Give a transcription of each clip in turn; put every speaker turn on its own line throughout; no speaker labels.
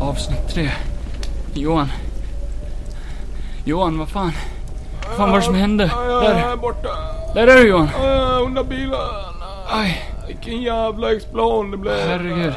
Avsnitt tre. Johan. Johan, vad fan? Vad fan var det som hände?
Där.
Där.
Här borta.
Där är du Johan.
Äh, Under bilen.
Aj.
Vilken jävla explosion det blev.
Herregud.
Äh,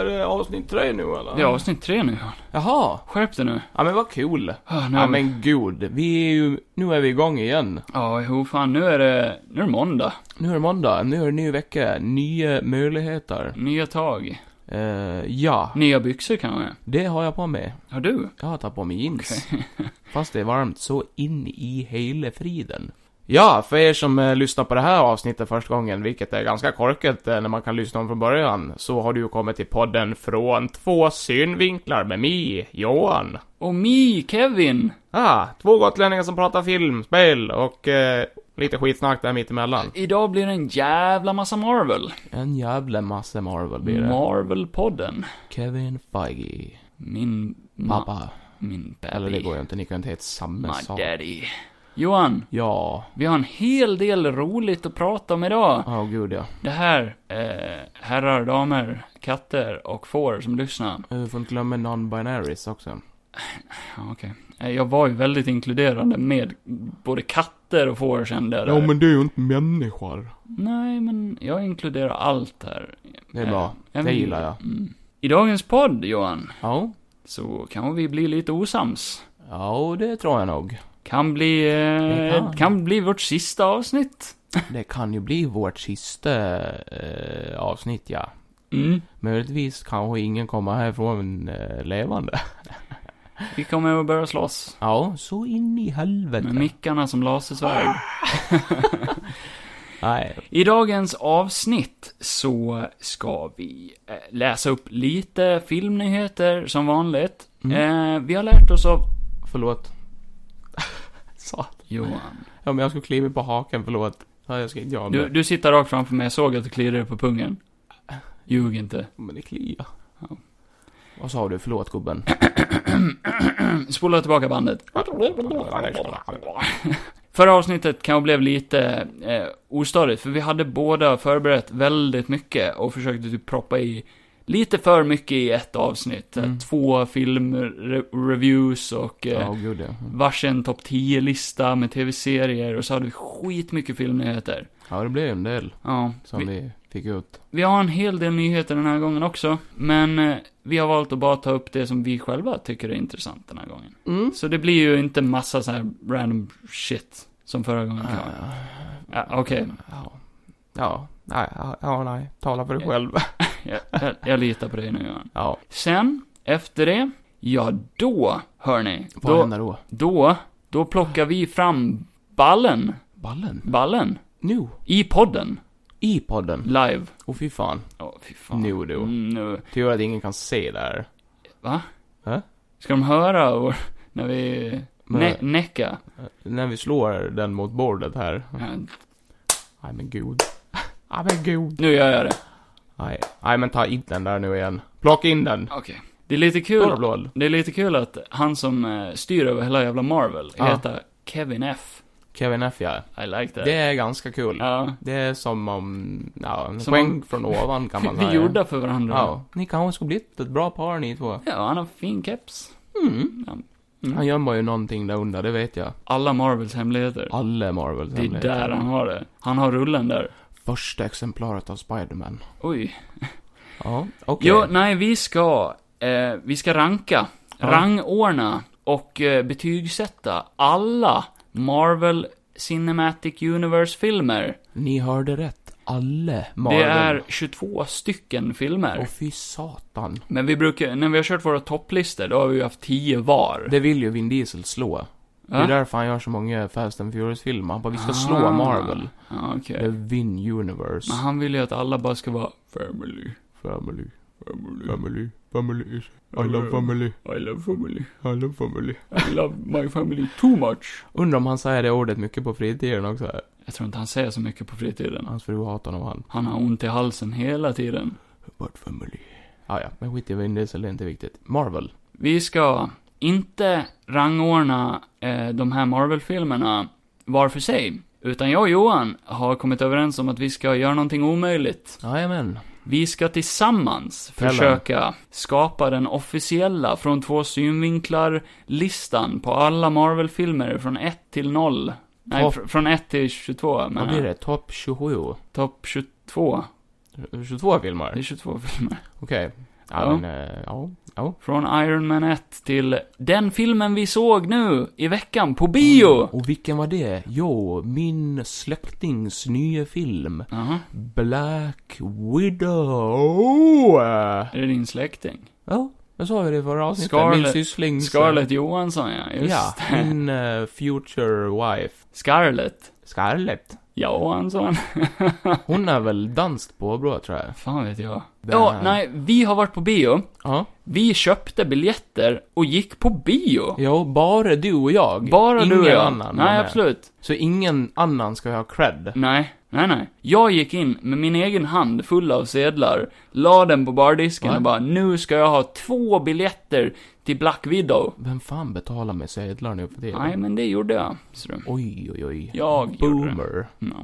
Är det avsnitt tre nu eller?
Det är avsnitt tre nu Johan.
Jaha.
Skärp dig nu.
Ja men vad kul.
Ah, nu
Ja
är vi...
men gud. Vi är ju, nu är vi igång igen.
Ja, jo fan nu är det... Nu är det måndag.
Nu är det måndag, nu är det ny vecka, nya möjligheter.
Nya tag.
Eh, ja,
Nya byxor kanske.
det har jag på mig.
Har du?
Jag har tagit på mig jeans. Fast det är varmt så in i hela friden. Ja, för er som eh, lyssnar på det här avsnittet första gången, vilket är ganska korkat eh, när man kan lyssna om från början, så har du ju kommit till podden Från två synvinklar med mig, Johan.
Och mi Kevin.
Ah, två gotlänningar som pratar film, spel och eh, lite skitsnack där mittemellan.
Idag blir det en jävla massa Marvel.
En jävla massa Marvel blir det.
Marvel-podden.
Kevin Feige.
Min... ma-
Pappa.
Min baby.
Eller det går ju inte, ni kan ju inte heta samma
My
sak.
daddy. Johan,
Ja.
vi har en hel del roligt att prata om idag.
Åh gud ja.
Det här, eh, herrar, damer, katter och får som lyssnar.
Eh, Vi får inte glömma non-binaries också.
Ja, okej. Eh, Jag var ju väldigt inkluderande med både katter och får kände jag där.
du är ju inte människor.
Nej, men jag inkluderar allt här.
Det är bra.
Eh,
Det gillar jag.
Mm. I dagens podd, Johan,
Ja.
så kan vi bli lite osams.
Ja, det tror jag nog.
Kan bli,
Det
eh,
kan.
kan. bli vårt sista avsnitt.
Det kan ju bli vårt sista eh, avsnitt ja.
Mm.
Möjligtvis kanske ingen kommer härifrån eh, levande.
Vi kommer att börja slåss.
Ja, så in i helvete.
Med mickarna som lasersvärd.
Nej.
I dagens avsnitt så ska vi eh, läsa upp lite filmnyheter som vanligt. Eh, vi har lärt oss av
Mm. Förlåt. Satan.
Johan.
Ja, men jag skulle kliva på haken, förlåt. Ja, jag ska inte göra
Du,
det.
du sitter rakt framför mig, jag såg att du kliade dig på pungen. Ljug inte.
Men det kliar.
Ja.
Vad sa du? Förlåt gubben.
Mm, Spola tillbaka bandet. Förra avsnittet kanske blev lite eh, ostadigt, för vi hade båda förberett väldigt mycket och försökte typ proppa i lite för mycket i ett avsnitt. Eh,
Mm.
Två filmreviews och eh,
Ja, gud ja.
varsin topp 10-lista med tv-serier och så hade vi skitmycket filmnyheter.
Ja, det blev en del
Ja,
som
vi,
vi fick ut.
vi har en hel del nyheter den här gången också, men eh, vi har valt att bara ta upp det som vi själva tycker är intressant den här gången.
Mm.
Så det blir ju inte massa så här random shit som förra gången. kan vara. Ja, Okej,
Ja. Ja. Nej, ja, ja, nej. Tala för dig själv.
jag, jag, jag litar på dig nu Johan.
Ja.
Sen, efter det, ja då, hörni,
Vad
då,
händer då?
då, då plockar vi fram ballen,
Ballen?
ballen,
Nu?
i podden,
I podden?
live.
Åh fy fan.
Ja, fy fan.
Nu du.
Mm, nu.
Tur att ingen kan se där.
Va?
Hä?
Ska de höra vår, när vi
Men-
ne- näcka?
När vi slår den mot bordet här.
Ja,
Nej men gud. Nej men gud.
nu gör jag det.
Nej. Nej men ta in den där nu igen. Plocka in den.
Okej. Det är lite
Blod,
kul.
blod.
Det är lite kul att han som eh, styr över hela jävla Marvel
Ja.
heter Kevin F.
Kevin F ja.
I like that.
Det är ganska kul.
Ja.
Det är som om, ja, en
Som
poäng
om-
från ovan kan man
Vi
säga.
är gjorda för varandra.
Ja. Ni kanske skulle blivit ett bra par ni två.
Ja, han har fin keps.
Mm.
Ja.
Han gömmer ju någonting där under, det vet jag.
Alla Marvels hemligheter.
Alla Marvels
det är
hemligheter.
där han har det. Han har rullen där.
Första exemplaret av Spiderman.
Oj.
Ja, okej.
Jo, nej, vi ska, eh, vi ska ranka,
Ja.
rangordna och eh, betygsätta alla Marvel Cinematic Universe-filmer.
Ni hörde rätt. Alla Marvel.
Det är 22 stycken filmer.
Åh fy satan.
Men vi brukar, när vi har kört våra topplistor, då har vi ju haft 10 var.
Det vill ju Vin Diesel slå. Det
Ja.
är därför han gör så många Fast and Furious-filmer. Han bara, vi ska slå
Ah.
Marvel.
Ja, okej.
The Vin Universe.
Men han vill ju att alla bara ska vara family,
Family.
family,
Family. Family is... I
love
family.
I love family,
I love family.
I love my family too much.
Undrar om han säger det ordet mycket på fritiden också.
Jag tror inte han säger så mycket på fritiden.
Hans fru hatar honom han.
Han har ont i halsen hela tiden.
But family. Ah, ja, men skit i Vin Diesel, det är inte viktigt. Marvel.
Vi ska inte rangordna eh, de här Marvel-filmerna var för sig. Utan jag och Johan har kommit överens om att vi ska göra någonting omöjligt.
Jajamän.
Vi ska tillsammans
Jajamän.
försöka skapa den officiella från två synvinklar listan på alla Marvel-filmer från 1 till 0. Nej,
Topp.
fr- från 1 till 22
Vad
menar
blir
jag.
det? Topp 27?
Topp 22.
22
Det är
filmer?
22 filmer.
Okej. Ja,
Ja.
men, eh, ja. ja.
Från Iron Man 1 till den filmen vi såg nu i veckan på bio!
Och vilken var det? Jo, min släktings nya film.
Jaha,
Black Widow!
är det din släkting?
Ja, jag sa ju det i förra avsnittet. min
Scarlett-
syssling...
Scarlett Johansson ja, just
Ja,
det.
min eh, future wife.
Scarlett
Scarlett.
Johansson.
Hon är väl danskt påbrå, tror jag.
Fan vet jag.
Det
Ja,
här-
nej, vi har varit på bio.
Ja.
Vi köpte biljetter och gick på bio.
Jo, bara du och jag.
Bara
ingen
du och jag.
annan var
Nej,
med.
absolut.
Så ingen annan ska ha cred.
Nej, nej, nej. Jag gick in med min egen hand full av sedlar, la den på bardisken
Va?
och bara, nu ska jag ha två biljetter till Black Widow.
Vem fan betalar med sedlar nu för tiden?
Nej, men det gjorde jag. Så du.
Oj, oj, oj.
Jag gjorde det.
Boomer.
No.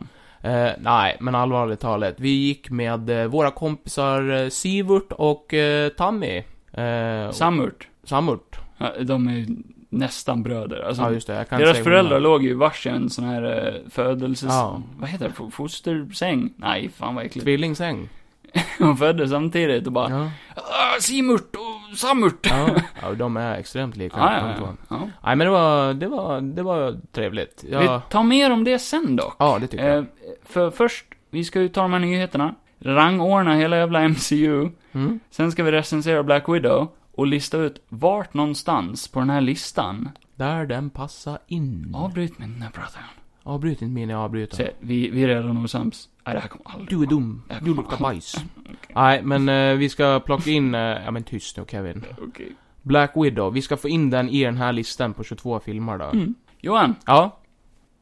Eh, nej, men allvarligt talat. Vi gick med eh, våra kompisar eh, Sivert och eh, Tammy. Eh,
Samurt,
Samurt.
ja, de är ju nästan bröder. Alltså,
Ja, just det. Jag kan
deras
säga
föräldrar
skillnad.
låg ju i varsin sån här eh, födelses...
Ja.
Vad heter det? Fo- Fostersäng? Nej, fan vad äckligt.
Tvillingsäng.
De föddes samtidigt och bara,
Ja.
"Ah, Simurt och Samurt.
Ja. ja, de är extremt lika.
Ja,
de
ja,
två.
ja. ja.
Nej, men det var, det var, det var trevligt.
Vi
Ja,
tar mer om det sen dock.
ja det tycker jag.
Eh, för först, vi ska ju ta de här nyheterna, rangordna hela jävla MCU,
Mm.
sen ska vi recensera Black Widow och lista ut vart någonstans på den här listan.
Där den passar in.
Avbryt mig när jag pratar.
Avbryt inte mig när jag avbryter.
Se, vi, vi är redan osams. Nej, det här kommer aldrig
Du är dum.
Jag
Du
kommer
luktar
aldrig-
bajs. Nej, men eh, vi ska plocka in... eh, ja, men tyst nu Kevin.
Okej.
Black Widow. Vi ska få in den i den här listan på 22 filmer då.
Mm. Johan,
Ja,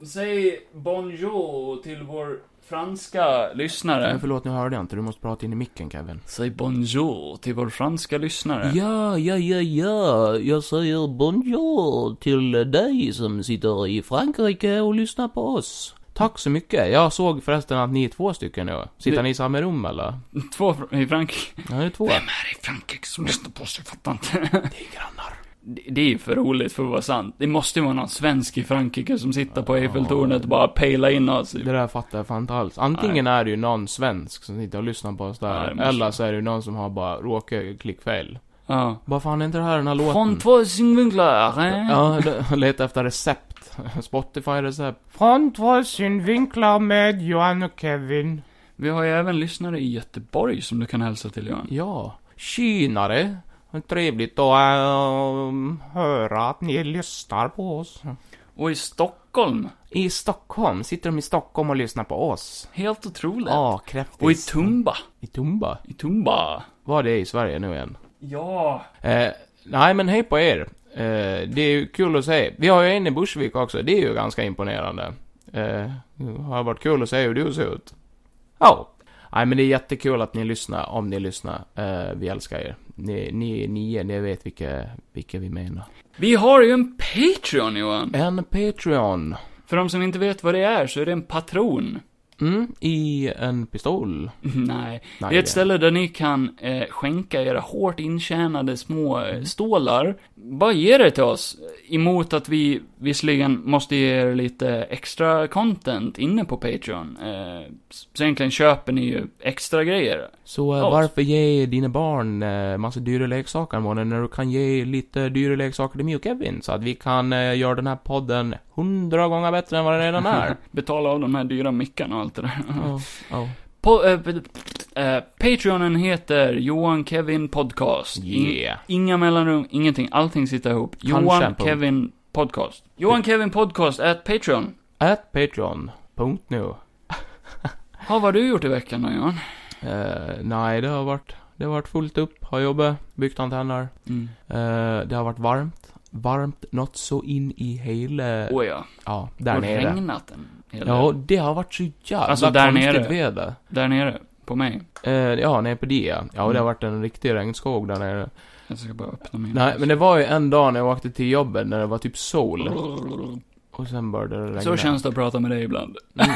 säg bonjour till vår franska lyssnare.
men förlåt nu hörde jag inte. Du måste prata in i micken Kevin.
Säg bonjour till vår franska lyssnare.
Ja, ja, ja, ja. Jag säger bonjour till dig som sitter i Frankrike och lyssnar på oss. Tack så mycket. Jag såg förresten att ni är två stycken nu. Sitter
Det-
ni i samma rum eller?
Två fr- i Frankrike.
Ja, det är två.
Vem är det i Frankrike som lyssnar på oss? Jag fattar inte.
Det är grannar.
Det det är ju för roligt för att vara sant. Det måste ju vara någon svensk i Frankrike som sitter på Eiffeltornet och bara pejlar in oss.
Det där fattar jag fan inte alls. Antingen är det ju någon svensk som sitter och lyssnar på oss
Nej,
där.
det måste
eller så är det ju någon som har bara råkat klickfel.
Ja.
Vad fan är inte det här den här låten?
Från två synvinklar. eh?
Ja, då- leta efter recept. Spotify-recept. Från två synvinklar med Johan och Kevin.
Vi har ju även lyssnare i Göteborg som du kan hälsa till Johan.
Ja, tjenare. Vad Trevligt att ehm, höra att ni lyssnar på oss.
Och i Stockholm.
I Stockholm, sitter de i Stockholm och lyssnar på oss?
Helt otroligt.
Ja, kräftigt.
Och i Tumba.
I Tumba?
I Tumba.
Vad det är i Sverige nu igen?
Ja.
Eh, nej, men hej på er. Eh, det är ju kul att se. Vi har ju en i Bursvik också. Det är ju ganska imponerande. Eh, det har varit kul att se hur du ser ut. Ja. Nej, men det är jättekul att ni lyssnar, om ni lyssnar. Eh, vi älskar er. Ni, ni, ni, ni vet vilka, vilka vi menar.
Vi har ju en Patreon Johan.
En Patreon.
För de som inte vet vad det är så är det en patron.
Mm, i en pistol.
Nej.
Nej,
Det är ett ställe där ni kan eh, skänka era hårt intjänade små eh, stålar. Bara ge det till oss. Emot att vi visserligen måste ge er lite extra content inne på Patreon. Eh, så egentligen köper ni ju extra grejer.
Så eh,
Ja.
varför ge dina barn eh, massa dyra leksaker månaden när du kan ge lite dyra leksaker till mig och Kevin? Så att vi kan eh, göra den här podden hundra gånger bättre än vad den redan är. Mm.
Betala av de här dyra mickarna och allt det där.
Ja, ja.
På, eh, eh, Patreonen heter Johan Kevin Podcast. In-
Yeah.
Inga mellanrum, ingenting. Allting sitter ihop.
Kanske en
Johan
punkt.
Kevin Podcast. Johan Kevin Podcast at Patreon.
At Patreon. Punkt nu.
Ja, vad har du gjort i veckan då, Johan?
Eh, nej, det har varit, det har varit fullt upp. Har jobbat, byggt antenner.
Mm.
Eh, det har varit varmt. Varmt något så in i hela...
Oh, ja.
Ja, där
och
nere.
regnat en hel
Ja,
del.
det har varit så jävla
Alltså, där
konstigt
nere.
väder.
Där nere, på mig.
Eh, ja, nej på det ja. Ja, och det har
Mm.
varit en riktig regnskog där nere.
Jag ska bara öppna min.
Nej, men det var ju en dag när jag åkte till jobbet när det var typ
Mm.
sol. Och sen började det regna.
Så känns det att prata med dig ibland.
mm.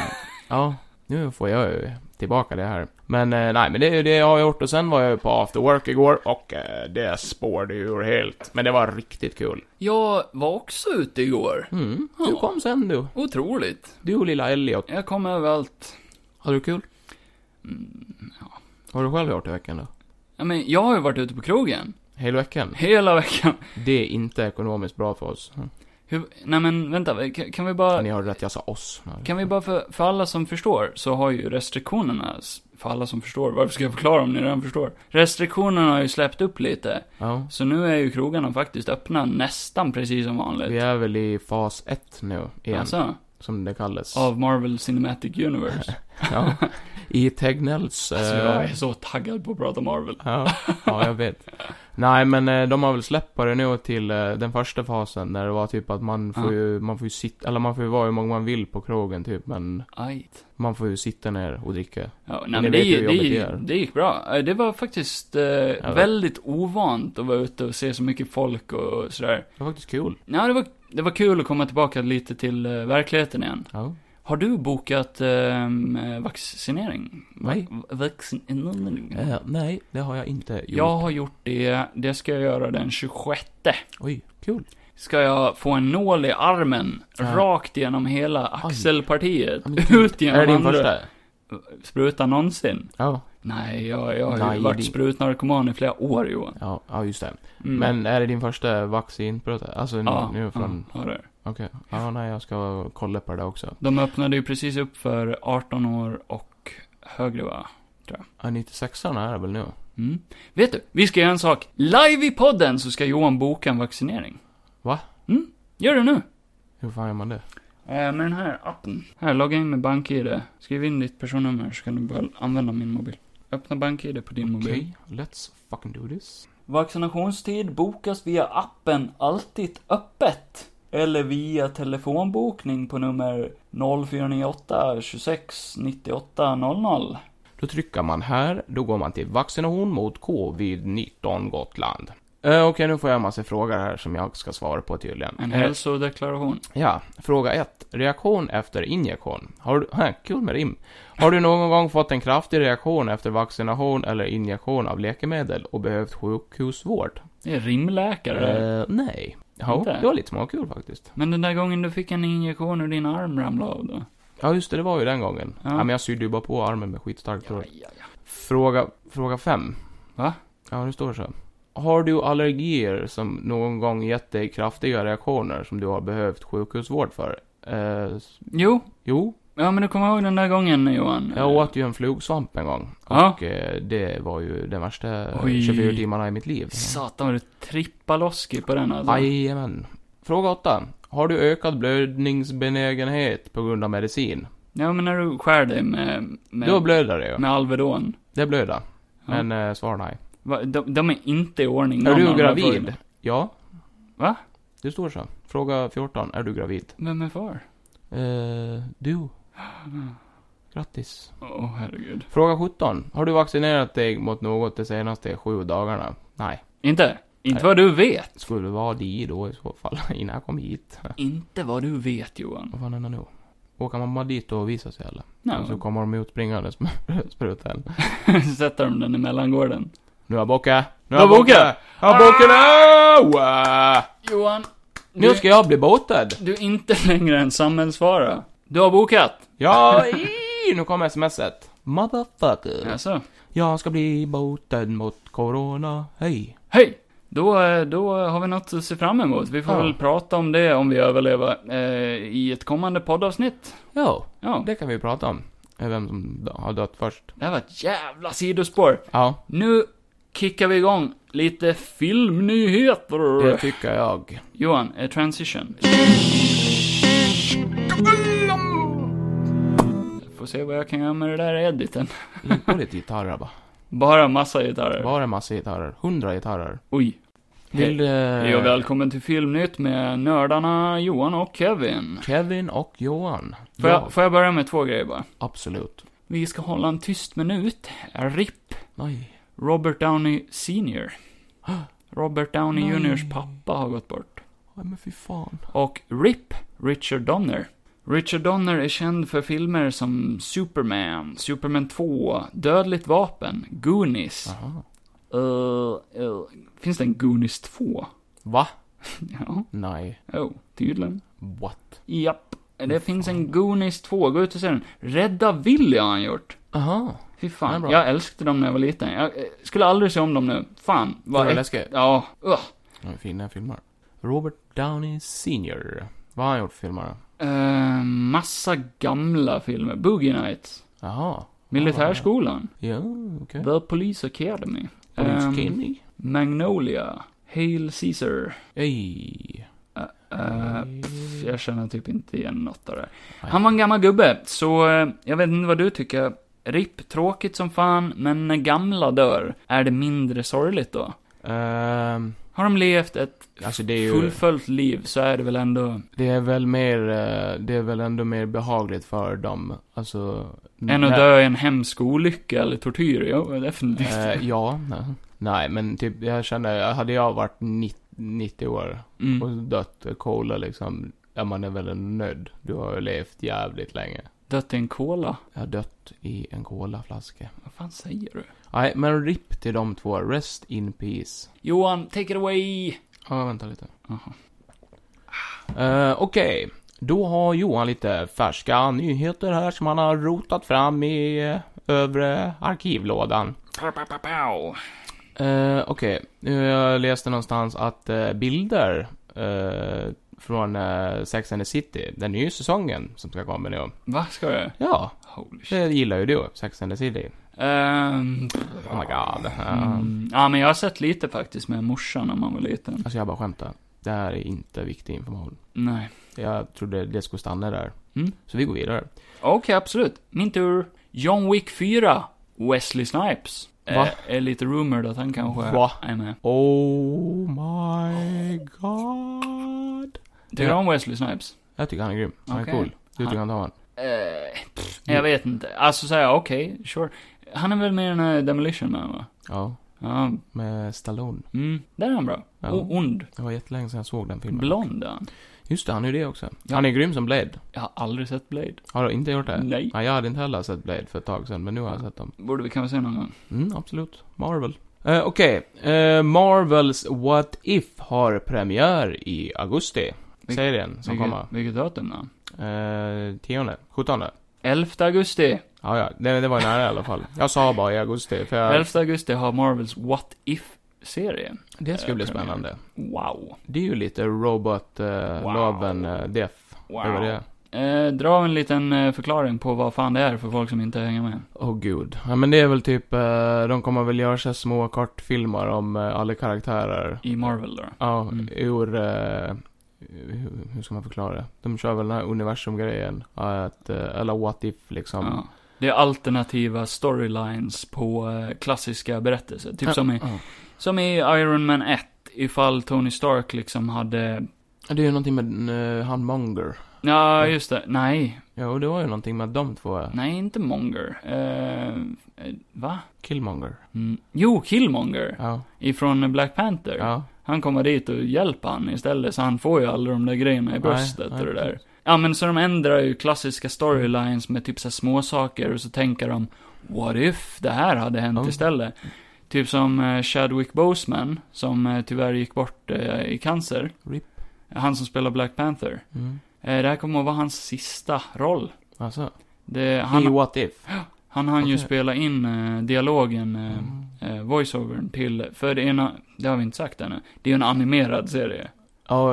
Ja, nu får jag ju tillbaka det här. Men eh, nej, men det är ju det jag har gjort och sen var jag ju på after work igår och eh, det spårade ju ur helt. Men det var riktigt kul.
Jag var också ute igår.
Mm, du
Ja.
kom sen du.
Otroligt.
Du och lilla Elliot.
Jag kom överallt. Mm.
Har du kul? Vad har du själv gjort i veckan då?
Ja, men jag har ju varit ute på krogen.
Hela veckan?
Hela veckan.
Det är inte ekonomiskt bra för oss.
Hur, nej men vänta, kan, kan vi bara...
Ni har rätt, jag sa oss.
Kan vi bara, för, för alla som förstår, så har ju restriktionerna, s- för alla som förstår, varför ska jag förklara om ni redan förstår? Restriktionerna har ju släppt upp lite,
Ja.
så nu är ju krogarna faktiskt öppna nästan precis som vanligt.
Vi är väl i fas 1 nu, igen.
Alltså,
Som det kallas.
av Marvel Cinematic
Eh.
Universe.
Ja. I Tegnells...
Alltså
eh,
jag är så taggad på att prata Marvel.
Ja, ja, jag vet. Nej, men eh, de har väl släppt på det nu till eh, den första fasen när det var typ att man får
Ja.
ju, man får ju sitta, eller man får ju vara hur många man vill på krogen typ, men
Aj.
man får ju sitta ner och dricka.
Ja,
ni
nej, men
vet ju
det,
hur
det,
jobbigt det
det,
är.
det gick bra. Eh, Det var faktiskt eh,
vet.
väldigt ovant att vara ute och se så mycket folk och sådär.
Det var faktiskt kul.
Ja, det var, det var kul att komma tillbaka lite till eh, verkligheten igen.
Ja.
Har du bokat ehm, eh, vaccinering?
Nej.
Va- Vaccinering?
Eh, nej, det har jag inte gjort.
Jag har gjort det, det ska jag göra den 26.
Oj, kul.
Ska jag få en nål i armen,
Ja.
rakt genom hela axelpartiet,
Ja, men gud.
ut genom
är det din
andra.
första?
Spruta någonsin?
Ja.
Nej, jag, jag har
Nej,
ju varit
det-
sprutnarkoman i flera år Johan.
ja. Ja, just det.
Mm.
Men är det din första vaccinspruta? Alltså nu,
ja,
nu från...
ja, ja, det är det.
Okej. Ja, nej, jag ska kolla på det också.
De öppnade ju precis upp för 18 år och högre va?
Ja, 96an är det väl nu?
Mm. Vet du, vi ska göra en sak. Live i podden så ska Johan boka en vaccinering.
Va?
Mm, gör det nu.
Hur fan gör man det?
Eh, med den här appen. Här, logga in med BankID. Skriv in ditt personnummer så kan du börja använda min mobil. Öppna BankID på din mobil.
Okej, let's fucking do this.
Vaccinationstid bokas via appen Alltid öppet. Eller via telefonbokning på nummer 0498 26 98 00.
Då trycker man här, då går man till vaccination mot covid-19 Gotland. Eh, Okej, nu får jag en massa frågor här som jag ska svara på tydligen.
En
Eh,
hälsodeklaration.
ja, fråga 1. Reaktion efter injektion. Har du, hä, kul med rim. Har du någon gång fått en kraftig reaktion efter vaccination eller injektion av läkemedel och behövt sjukhusvård?
Det är rimläkare.
Eh, nej. Ja,
Inte?
det var lite småkul faktiskt.
Men den där gången du fick en injektion och din arm ramlade av då?
Ja, just det, det var ju den gången.
Ja.
Ja, men jag sydde ju bara på armen med skitstark tråd.
ja, ja.
Fråga, fråga fem.
Va?
Ja, nu står det så. här. Har du allergier som någon gång gett dig kraftiga reaktioner som du har behövt sjukhusvård för? Eh, s-
Jo.
jo,
Ja, men du kommer ihåg den där gången Johan?
jag åt ju en flugsvamp en gång.
Ja.
Och eh, det var ju den värsta eh,
Oj.
24 timmarna i mitt liv.
Satan vad du trippar loski på den alltså.
Jajamän. Fråga 8. Har du ökad blödningsbenägenhet på grund av medicin?
Ja, men när du skär dig med... med
Då blöder det ju.
Med Alvedon.
Det blöder.
Ja.
Men eh, svar nej.
Va, de, de är inte i ordning.
Är
någon av
du
de här frågorna.
gravid? Ja.
Va?
Det står så. Fråga 14. Är du gravid?
Vem är far?
Eh, du. Grattis.
Åh, herregud.
Fråga 17. Har du vaccinerat dig mot något de senaste sju dagarna? Nej.
Inte? Inte
Nej.
vad du vet.
Skulle vara di då i så fall, innan jag kom hit.
Inte vad du vet, Johan.
Vad fan händer nu? Åker man bara dit och visar sig eller? Och så
No.
kommer de ut springandes med sprutan.
Sätter de den i mellangården.
Nu har Bocke! Nu
Vad Bocke?
Nu har Bocke nu! Äh!
Johan,
Nu
du,
ska jag bli botad!
du är inte längre en samhällsfara. Du har bokat.
Ja, i, nu kommer smset. Motherfucker.
Alltså.
Jag ska bli botad mot corona. Hej.
Hej! Då, eh, då har vi något att se fram emot. Vi får
Ja.
väl prata om det om vi överlever eh, i ett kommande poddavsnitt.
Ja,
Ja,
det kan vi prata om. Vem som har dött först.
det här var ett jävla sidospår.
Ja.
Nu kickar vi igång lite filmnyheter.
Det tycker jag.
Johan, eh, transition. Får se vad jag kan göra med det där editen.
Lägg på lite gitarrer bara.
Bara massa gitarrer.
Bara en massa gitarrer. Hundra gitarrer.
Oj.
Vill eh, du...
Hej och välkommen till Filmnytt med nördarna Johan och Kevin.
Kevin och Johan.
Får,
ja,
jag, får jag börja med två grejer bara?
absolut.
Vi ska hålla en tyst minut. RIP.
Nej.
Robert Downey Senior. Robert Downey
Nej.
Juniors pappa har gått bort.
Nej men fy fan.
Och RIP. Richard Donner. Richard Donner är känd för filmer som Superman, Superman 2, Dödligt Vapen, Goonies.
Jaha.
Eh, eh, finns det en Goonies 2?
Va?
ja,
Nej.
oh, tydligen.
What?
Japp. Det finns en Goonies 2, gå ut och se den. Rädda Willy har han gjort.
Aha.
Fy
Den är
fan,
bra.
jag älskade dem när jag var liten. Jag eh, skulle aldrig se om dem nu. Fan,
Vad
vad äck-
läskigt.
Ja, ugh.
Ja, Fina filmer. Robert Downey Senior. Vad har han gjort för filmer då?
Eh, massa gamla filmer. Boogie Nights.
Jaha.
Militärskolan.
Ja, okej.
The Police Academy.
Police
Ehm,
Kenny.
Magnolia. Hail Caesar.
Ej.
Eh, pff, jag känner typ inte igen något av det. Han var en gammal gubbe, så eh, jag vet inte vad du tycker. RIP, tråkigt som fan, men när gamla dör, är det mindre sorgligt då?
Ehm,
Har de levt ett
alltså det är ju...
fullföljt liv så är det väl ändå
Det är väl mer... eh, Det är väl ändå mer behagligt för dem. Alltså...
än att
när-
dö i en hemsk olycka eller tortyr. Jo, definitivt.
Eh, ja, nej. nej, men typ jag känner, hade jag varit 90, 90 år
Mm.
och dött i cola liksom, ja man är väl en nödd. Du har ju levt jävligt länge.
Dött i en kola.
Jag har dött i en colaflaska.
Vad fan säger du?
Nej, men RIP till de två. Rest in peace.
Johan, take it away!
Ja, vänta lite.
Jaha.
Eh, Okej, då har Johan lite färska nyheter här som han har rotat fram i eh, övre arkivlådan.
Pow, pow, pow, pow.
Eh, Okej, Nu, jag läste någonstans att eh, bilder eh, från eh, Sex and the City, den nya säsongen som ska komma nu.
Va, ska du?
Ja,
Holy shit.
det gillar ju du, Sex and the City.
Ehm,
Oh my god. Eh,
mm, ja, men jag har sett lite faktiskt med morsan när man var liten.
Alltså jag bara skämtar. Det här är inte viktig information.
Nej.
Jag trodde det skulle stanna där.
Mm.
Så vi går vidare.
Okej, absolut. Min tur. John Wick 4. Wesley Snipes.
Va?
Eh, Är lite rumored att han kanske
Va?
är med.
Oh my god.
Tycker du om Wesley Snipes?
Jag tycker han är grym. Han är
Okej.
cool. Du tycker han tar han.
Eh, pff, jag vet inte. Alltså såhär, okej, sure. Han är väl med i den här Demolition Man, va?
Ja,
Ja,
med Stallone.
mm, där är han bra.
Ja.
Och ond.
Det var jättelänge sedan jag såg den filmen.
Blond är han.
Just det, han är ju det också.
Ja.
Han är grym som Blade.
Jag har aldrig sett Blade.
Har du inte gjort det?
Nej.
jag hade inte heller sett Blade för ett tag sedan, men nu har jag sett dem.
Borde vi kanske se någon gång.
Mm, absolut. Marvel. Eh, Okej, Eh, Marvels What If har premiär i augusti.
Vilk-
Serien som
Vilket,
kommer.
vilket datum då?
Eh, tionde, sjuttonde.
11 augusti.
Ja, ja, det, det var ju nära i alla fall. Jag sa bara i augusti, för jag,
11 augusti har Marvels What If-serie.
det ska bli
eh, premiär.
spännande.
Wow.
Det är ju lite Robot uh,
Wow.
Love and eh, Death.
Wow.
Eller vad det är.
Eh, dra en liten eh, förklaring på vad fan det är för folk som inte hänger med.
Åh oh, gud. Ja men det är väl typ, eh, de kommer väl göra sig små kortfilmer om eh, alla karaktärer.
I Marvel då.
Ja,
Mm.
ur... eh, hur, hur ska man förklara det? De kör väl den här universumgrejen. Ja, Att, eh, eller what if liksom.
Ja. Det är alternativa storylines på eh, klassiska berättelser. Typ som, i,
Ja.
som i Iron Man 1. Ifall Tony Stark liksom hade...
Ja, Det är ju någonting med uh, han Monger.
Ja, just det. Nej.
Jo, det var ju någonting med de två. eh,
Nej, inte Monger. Eh, eh, va?
Killmonger.
Mm. Jo, Killmonger.
Ja.
Ifrån Black Panther.
Ja.
Han kommer dit och hjälper han istället, så han får ju alla de där grejerna i bröstet
nej,
och det där.
precis.
Ja, men så de ändrar ju klassiska storylines med typ så här små saker och så tänker de, what if det här hade hänt
Ja.
istället? Typ som eh, Chadwick Boseman, som eh, tyvärr gick bort eh, i cancer.
RIP.
Han som spelar Black Panther.
Mm.
Eh, det här kommer att vara hans sista roll.
Alltså,
Det,
i
han,
what if.
han hann ju
Okej.
spela in eh, dialogen, eh,
Mm.
eh, voiceovern till, för det är en, det har vi inte sagt ännu, det är ju en animerad serie.
Ja,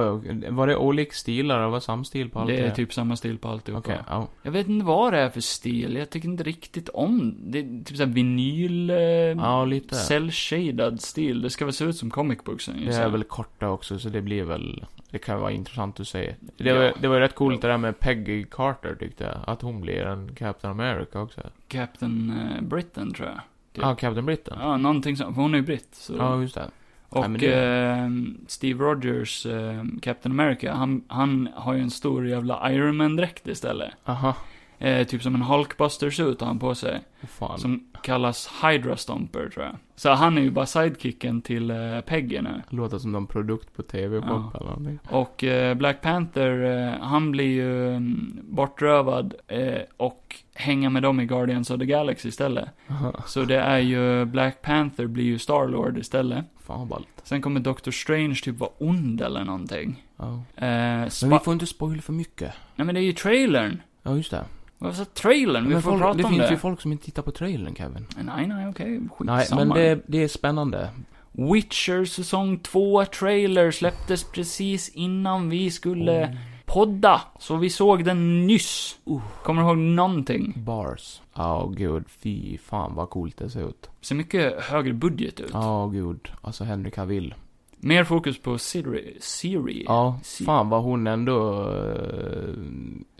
var det olika stilar? Det var samstil på allt
Det är typ samma stil på alltihopa.
Okej, ja.
Jag vet inte vad det är för stil, jag tycker inte riktigt om det. är typ såhär vinyl... Eh,
Ja, lite.
Cell-shaded stil. Det ska väl se ut som comic eh, booksen
Det är väl korta också, så det blir väl... Det kan vara intressant att se. Det
Ja.
var, det var ju rätt coolt det där med Peggy Carter tyckte jag. Att hon blir en Captain America också.
Captain eh, Britain, tror jag. Typ.
Ja, ah, Captain Britain. Ja,
Ja, någonting sånt. För hon är ju britt, så.
just det.
Och
nej, men det-
eh, Steve Rogers, eh, Captain America, han, han har ju en stor jävla Iron Man-dräkt istället.
Aha.
Eh, typ som en Hulkbuster-suit har han på sig.
Åh, Fan.
Som kallas Hydra Stomper tror jag. Så han är ju bara sidekicken till eh, Peggy nu.
Låter som någon produkt på TV-pop eller någonting.
Och eh, Black Panther, eh, han blir ju mm, bortrövad eh, och hänger med dem i Guardians of the Galaxy istället.
Aha.
Så det är ju, Black Panther blir ju Star-Lord istället.
Fan ballt.
Sen kommer Doctor Strange typ vara ond eller någonting.
Ja.
Eh,
Men vi
spa-
får inte spoila för mycket.
Nej men det är ju trailern.
Ja, just det.
Varför sa trailern? Vi
Men
får
folk,
prata
det
om
finns
det.
ju folk som inte tittar på trailern, Kevin.
Nej, nej, okej.
Nej,
Skitsamma.
men det, det är spännande.
Witcher säsong 2 trailer släpptes precis innan vi skulle podda. Så vi såg den nyss.
Uh.
Kommer du ihåg någonting?
Bars. Ja, gud. Fy fan vad coolt det ser ut.
Ser mycket högre budget ut.
Ja, gud. Alltså Henry Cavill.
Mer fokus på Siri. Siri.
Ja,
Si-
fan vad hon ändå eh,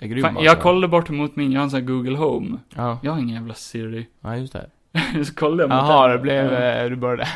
är grym alltså.
Fan, jag kollade bort mot min, jag har en sån här Google Home.
Ja,
Jag har ingen jävla Siri.
ja, just det.
så kollade jag mot
Jaha,
den.
det blev...
Ja.
eh, Du började...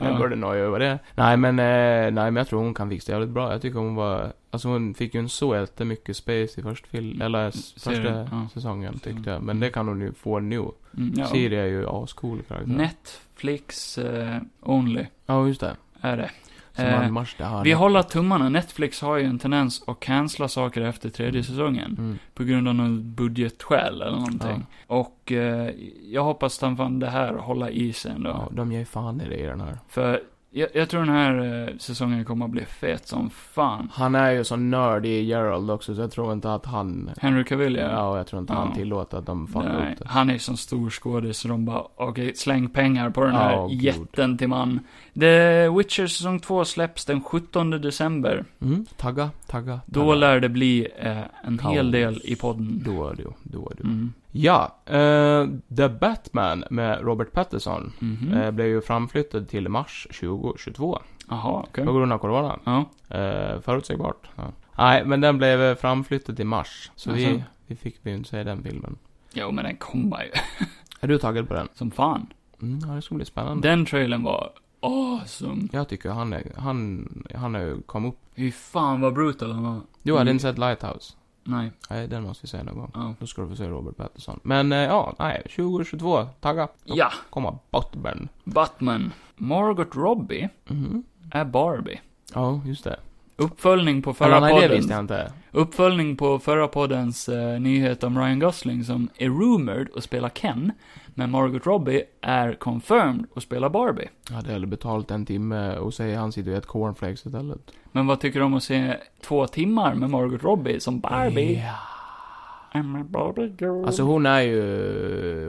Jag
Ja.
började noja över det. Nej men, eh, nej men jag tror hon kan fixa det jävligt bra. Jag tycker hon var... Alltså hon fick ju en så jättemycket space i första film, eller s-
Serien,
första
ja.
säsongen tyckte jag. Men det kan hon ju få nu.
Mm, ja.
Siri är ju ascool karaktär.
Netflix eh, only
Ja, just det.
är det.
Så
Eh,
man mars det här.
Vi håller tummarna. Netflix har ju en tendens att cancella saker efter tredje säsongen.
Mm.
På grund av något budgetskäl eller någonting. Och eh, jag hoppas den fan det här hålla i sig ändå.
Ja, Eh, de ger fan i det i den här.
För jag, jag tror den här eh, säsongen kommer att bli fet som fan.
Han är ju så nörd i Gerald också, så jag tror inte att han...
Henry Cavill
Ja, och jag tror inte han
Ja.
tillåter att de fuckar
Nej,
upp det.
han är ju sån stor skådis så de bara, okej, släng pengar på den
Ja,
här
gud.
jätten till man. The Witcher säsong 2 släpps den 17 december.
Mm, tagga, tagga,
Då
tagga.
lär det bli eh, en hel
Kaos.
del i podden.
Då är du, då är du.
Mm.
Ja, eh, The Batman med Robert Pattinson
Mhm.
eh, blev ju framflyttad till mars 2022
Jaha, okej.
på grund av corona.
Ja.
Eh, förutsägbart. Ja. Nej, men den blev eh, framflyttad till mars. Så vi,
Alltså.
vi fick ju inte se den filmen.
Jo, men den kommer ju.
Är du taggad på den?
Som fan.
Mm, ja, det ska bli spännande.
Den trailern var awesome.
Jag tycker han är, han, han har ju kommit upp.
Fy fan vad brutal han var.
Du hade
Mm.
inte sett Lighthouse?
Nej,
Nej, den måste vi se någon gång.
ja.
Då ska du få se Robert Pattinson. Men eh, ja, nej, 2022, tagga. Då
Ja,
kommer Batman.
Batman. Margot Robbie
Mhm.
är Barbie.
Ja, just det.
Uppföljning på
Eller
förra
nej, det visste
podden.
jag inte.
Uppföljning på förra poddens eh, nyhet om Ryan Gosling som är rumored att spela Ken. Men Margot Robbie är confirmed att spela Barbie.
Jag hade hellre betalt en timme och säger han sitter och äter cornflakes istället.
Men vad tycker du om att se två timmar med Margot Robbie som Barbie?
Ja.
I'm a Barbie girl.
Alltså hon är ju,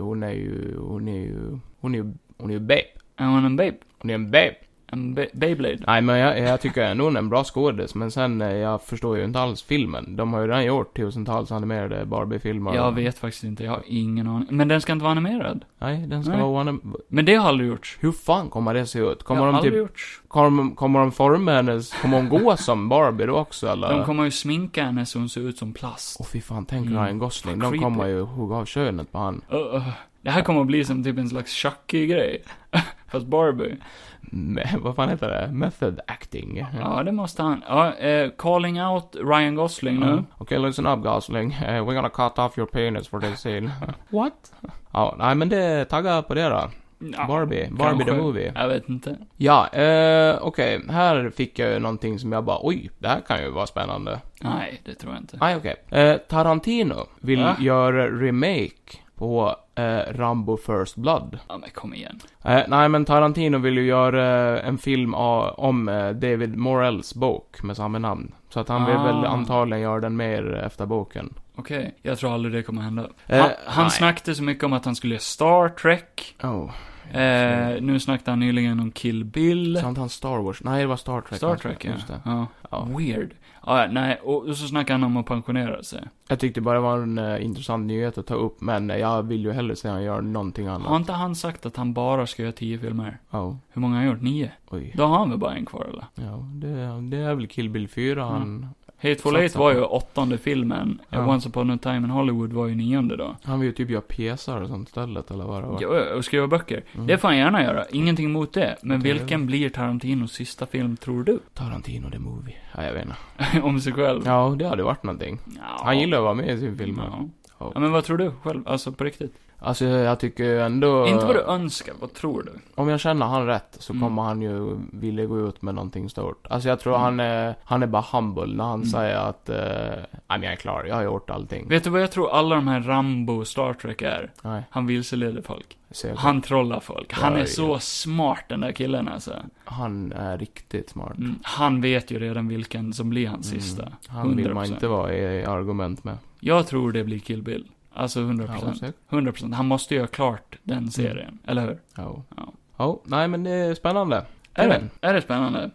hon är ju, hon är ju, hon är ju, hon är ju babe.
Är hon en babe?
Hon är en babe.
En ba- Beyblade?
Nej men jag, jag tycker ändå hon är en bra skådis, men sen eh, jag förstår ju inte alls filmen. De har ju redan gjort tusentals animerade Barbie-filmer.
Jag vet faktiskt inte, jag har ingen aning. Men den ska inte vara animerad.
Nej, den ska
Nej.
vara oanim...
Men det har aldrig gjorts.
Hur fan kommer det se ut?
det
Kommer
har
de
aldrig
typ,
gjorts.
kommer, kommer de forma hennes, kommer hon gå som Barbie då också eller?
De kommer ju sminka henne så hon ser ut som plast.
Åh fy fan, tänk
Mm.
Ryan Gosling.
Fan,
De
creepy.
kommer ju hugga av könet på han.
Ö, ö. Uh, Det här kommer att bli som typ en slags Chucky-grej. Fast Barbie.
Me- vad fan heter det? Method acting.
Ja, det måste han. Ja, eh, calling out Ryan Gosling nu.
Okej, listen up Gosling. Eh, we're gonna cut off your penis for this scene. What? Ja, nej men det, tagga på det då.
Ja,
Barbie, Barbie the
kanske.
movie.
Jag vet inte.
Ja, eh, okej, här fick jag ju någonting som jag bara, oj, det här kan ju vara spännande.
Nej, det tror jag inte.
Nej, okej. Eh, Tarantino vill
Va?
göra remake på eh, Rambo First Blood.
Ja, men kom igen.
Eh, nej, men Tarantino vill ju göra eh, en film av, om eh, David Morells bok med samma namn. Så att han vill
Ah.
väl antagligen göra den mer efter boken.
Okej, jag tror aldrig det kommer hända.
Eh,
Han, han
nej.
snackade så mycket om att han skulle göra Star Trek.
Oh.
Eh, nu snackade han nyligen om Kill Bill.
Så han Star Wars? Nej, det var Star Trek.
Star Trek, ja.
Just det.
ja.
Ja.
Weird. Ja, nej, och och så snackar han om att pensionera sig.
Jag tyckte bara det var en eh, intressant nyhet att ta upp, men eh, jag vill ju hellre se han gör någonting
Har
annat.
inte han sagt att han bara ska göra tio filmer?
Oh.
Hur många har han gjort? Nio?
Oj.
Då har han väl bara en kvar eller?
Ja, det, det är väl Kill Bill 4
Mm.
han...
Hateful
Satsa
Eight
på.
var ju åttonde filmen.
Ja.
Once upon a time in Hollywood var ju nionde då.
Han vill ju typ göra pjäser och sånt istället, eller vad det var.
Ja, och skriva böcker.
Mm.
Det får han gärna göra. Ingenting emot det. Men
Okej.
vilken blir Tarantinos sista film, tror du?
Tarantino the Movie. Ja, jag vet inte.
om sig själv?
Ja, det hade varit någonting.
Ja.
Han gillar att vara med i sin film.
Ja.
Ja.
Ja, men vad tror du själv? Alltså på riktigt?
Alltså jag tycker ju ändå...
Inte vad du önskar, vad tror du?
Om jag känner han rätt så
Mm.
kommer han ju vilja gå ut med någonting stort. Alltså jag tror
Mm.
han, är, han är bara humble när han
Mm.
säger att... eh, Nej men jag är klar, jag har gjort allting.
Vet du vad jag tror alla de här Rambo och Star Trek är?
Nej,
Han vilseleder folk.
så jag, han...
Han trollar folk. Han
Ja,
är
ja.
så smart den där killen alltså.
han är riktigt smart.
Mm. Han vet ju redan vilken som blir hans
Mm.
sista.
Han vill man
100%.
inte vara i i argument med.
Jag tror det blir Kill Bill. Alltså 100%.
Ja, Mm. säkert.
100%. Han måste göra klart den serien, eller hur?
Ja.
Ja.
Ja, nej men det är spännande.
Är
Mm.
det, är det spännande?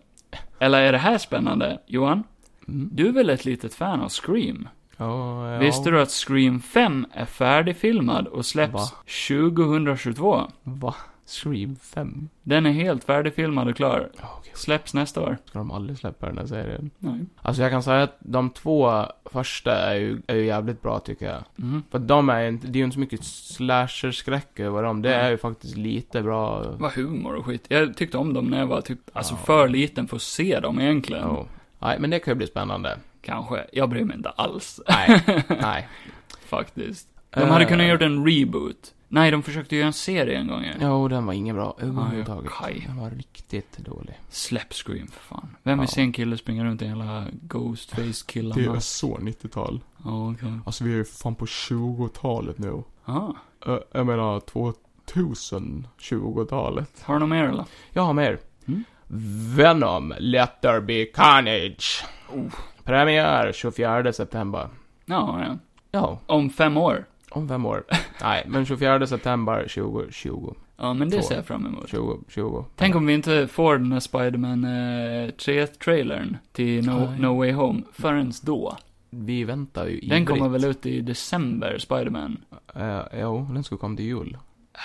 Eller är det här spännande? Johan,
Mm.
du är väl ett litet fan av Scream?
Ja, ja.
Visste du att Scream 5 är färdigfilmad och släpps
Va?
2022?
Va? Scream 5?
Den är helt färdigfilmad och klar.
Ja, okej.
Släpps nästa år.
Ska de aldrig släppa den här serien?
Nej.
Alltså jag kan säga att de två första är ju, är ju jävligt bra tycker jag.
Mhm.
För de är ju inte, det är ju inte så mycket slasher-skräck över dem. Det
Nej.
är ju faktiskt lite bra.
Vad humor och skit. Jag tyckte om dem när jag var typ, alltså
Ja.
för liten för att se dem egentligen.
Ja. Nej, men det kan ju bli spännande.
Kanske. Jag bryr mig inte alls,
Nej, nej.
faktiskt. De hade
Eh,
kunnat göra en reboot. Nej, de försökte göra en serie en gång ju.
Jo, den var ingen bra
Ja, ja,
överhuvudtaget.
kaj.
Den var riktigt dålig.
Släpp Scream för fan. Vem vill
Ja. Typ.
se en kille springa runt i hela Ghostface-killarna?
så 90-tal.
Ja, okej.
Alltså vi är ju fan på 20-talet nu. Eh,
Ah,
jag menar 2020-talet.
har du något mer eller?
Jag har mer.
Mm.
Venom, Let There Be Carnage.
Oh.
Premiär 24 september.
Ja, ja.
Ja,
Om fem år.
om fem år. Nej, men 24 september 2020.
Ja, men det
Två.
ser jag fram emot.
2020.
Tänk om vi inte får den här Spiderman eh, 3-trailern till no,
Nej.
no Way Home förrän då.
Vi väntar ju
Den kommer väl ut i december, Spiderman.
Uh, jo, den ska komma till jul.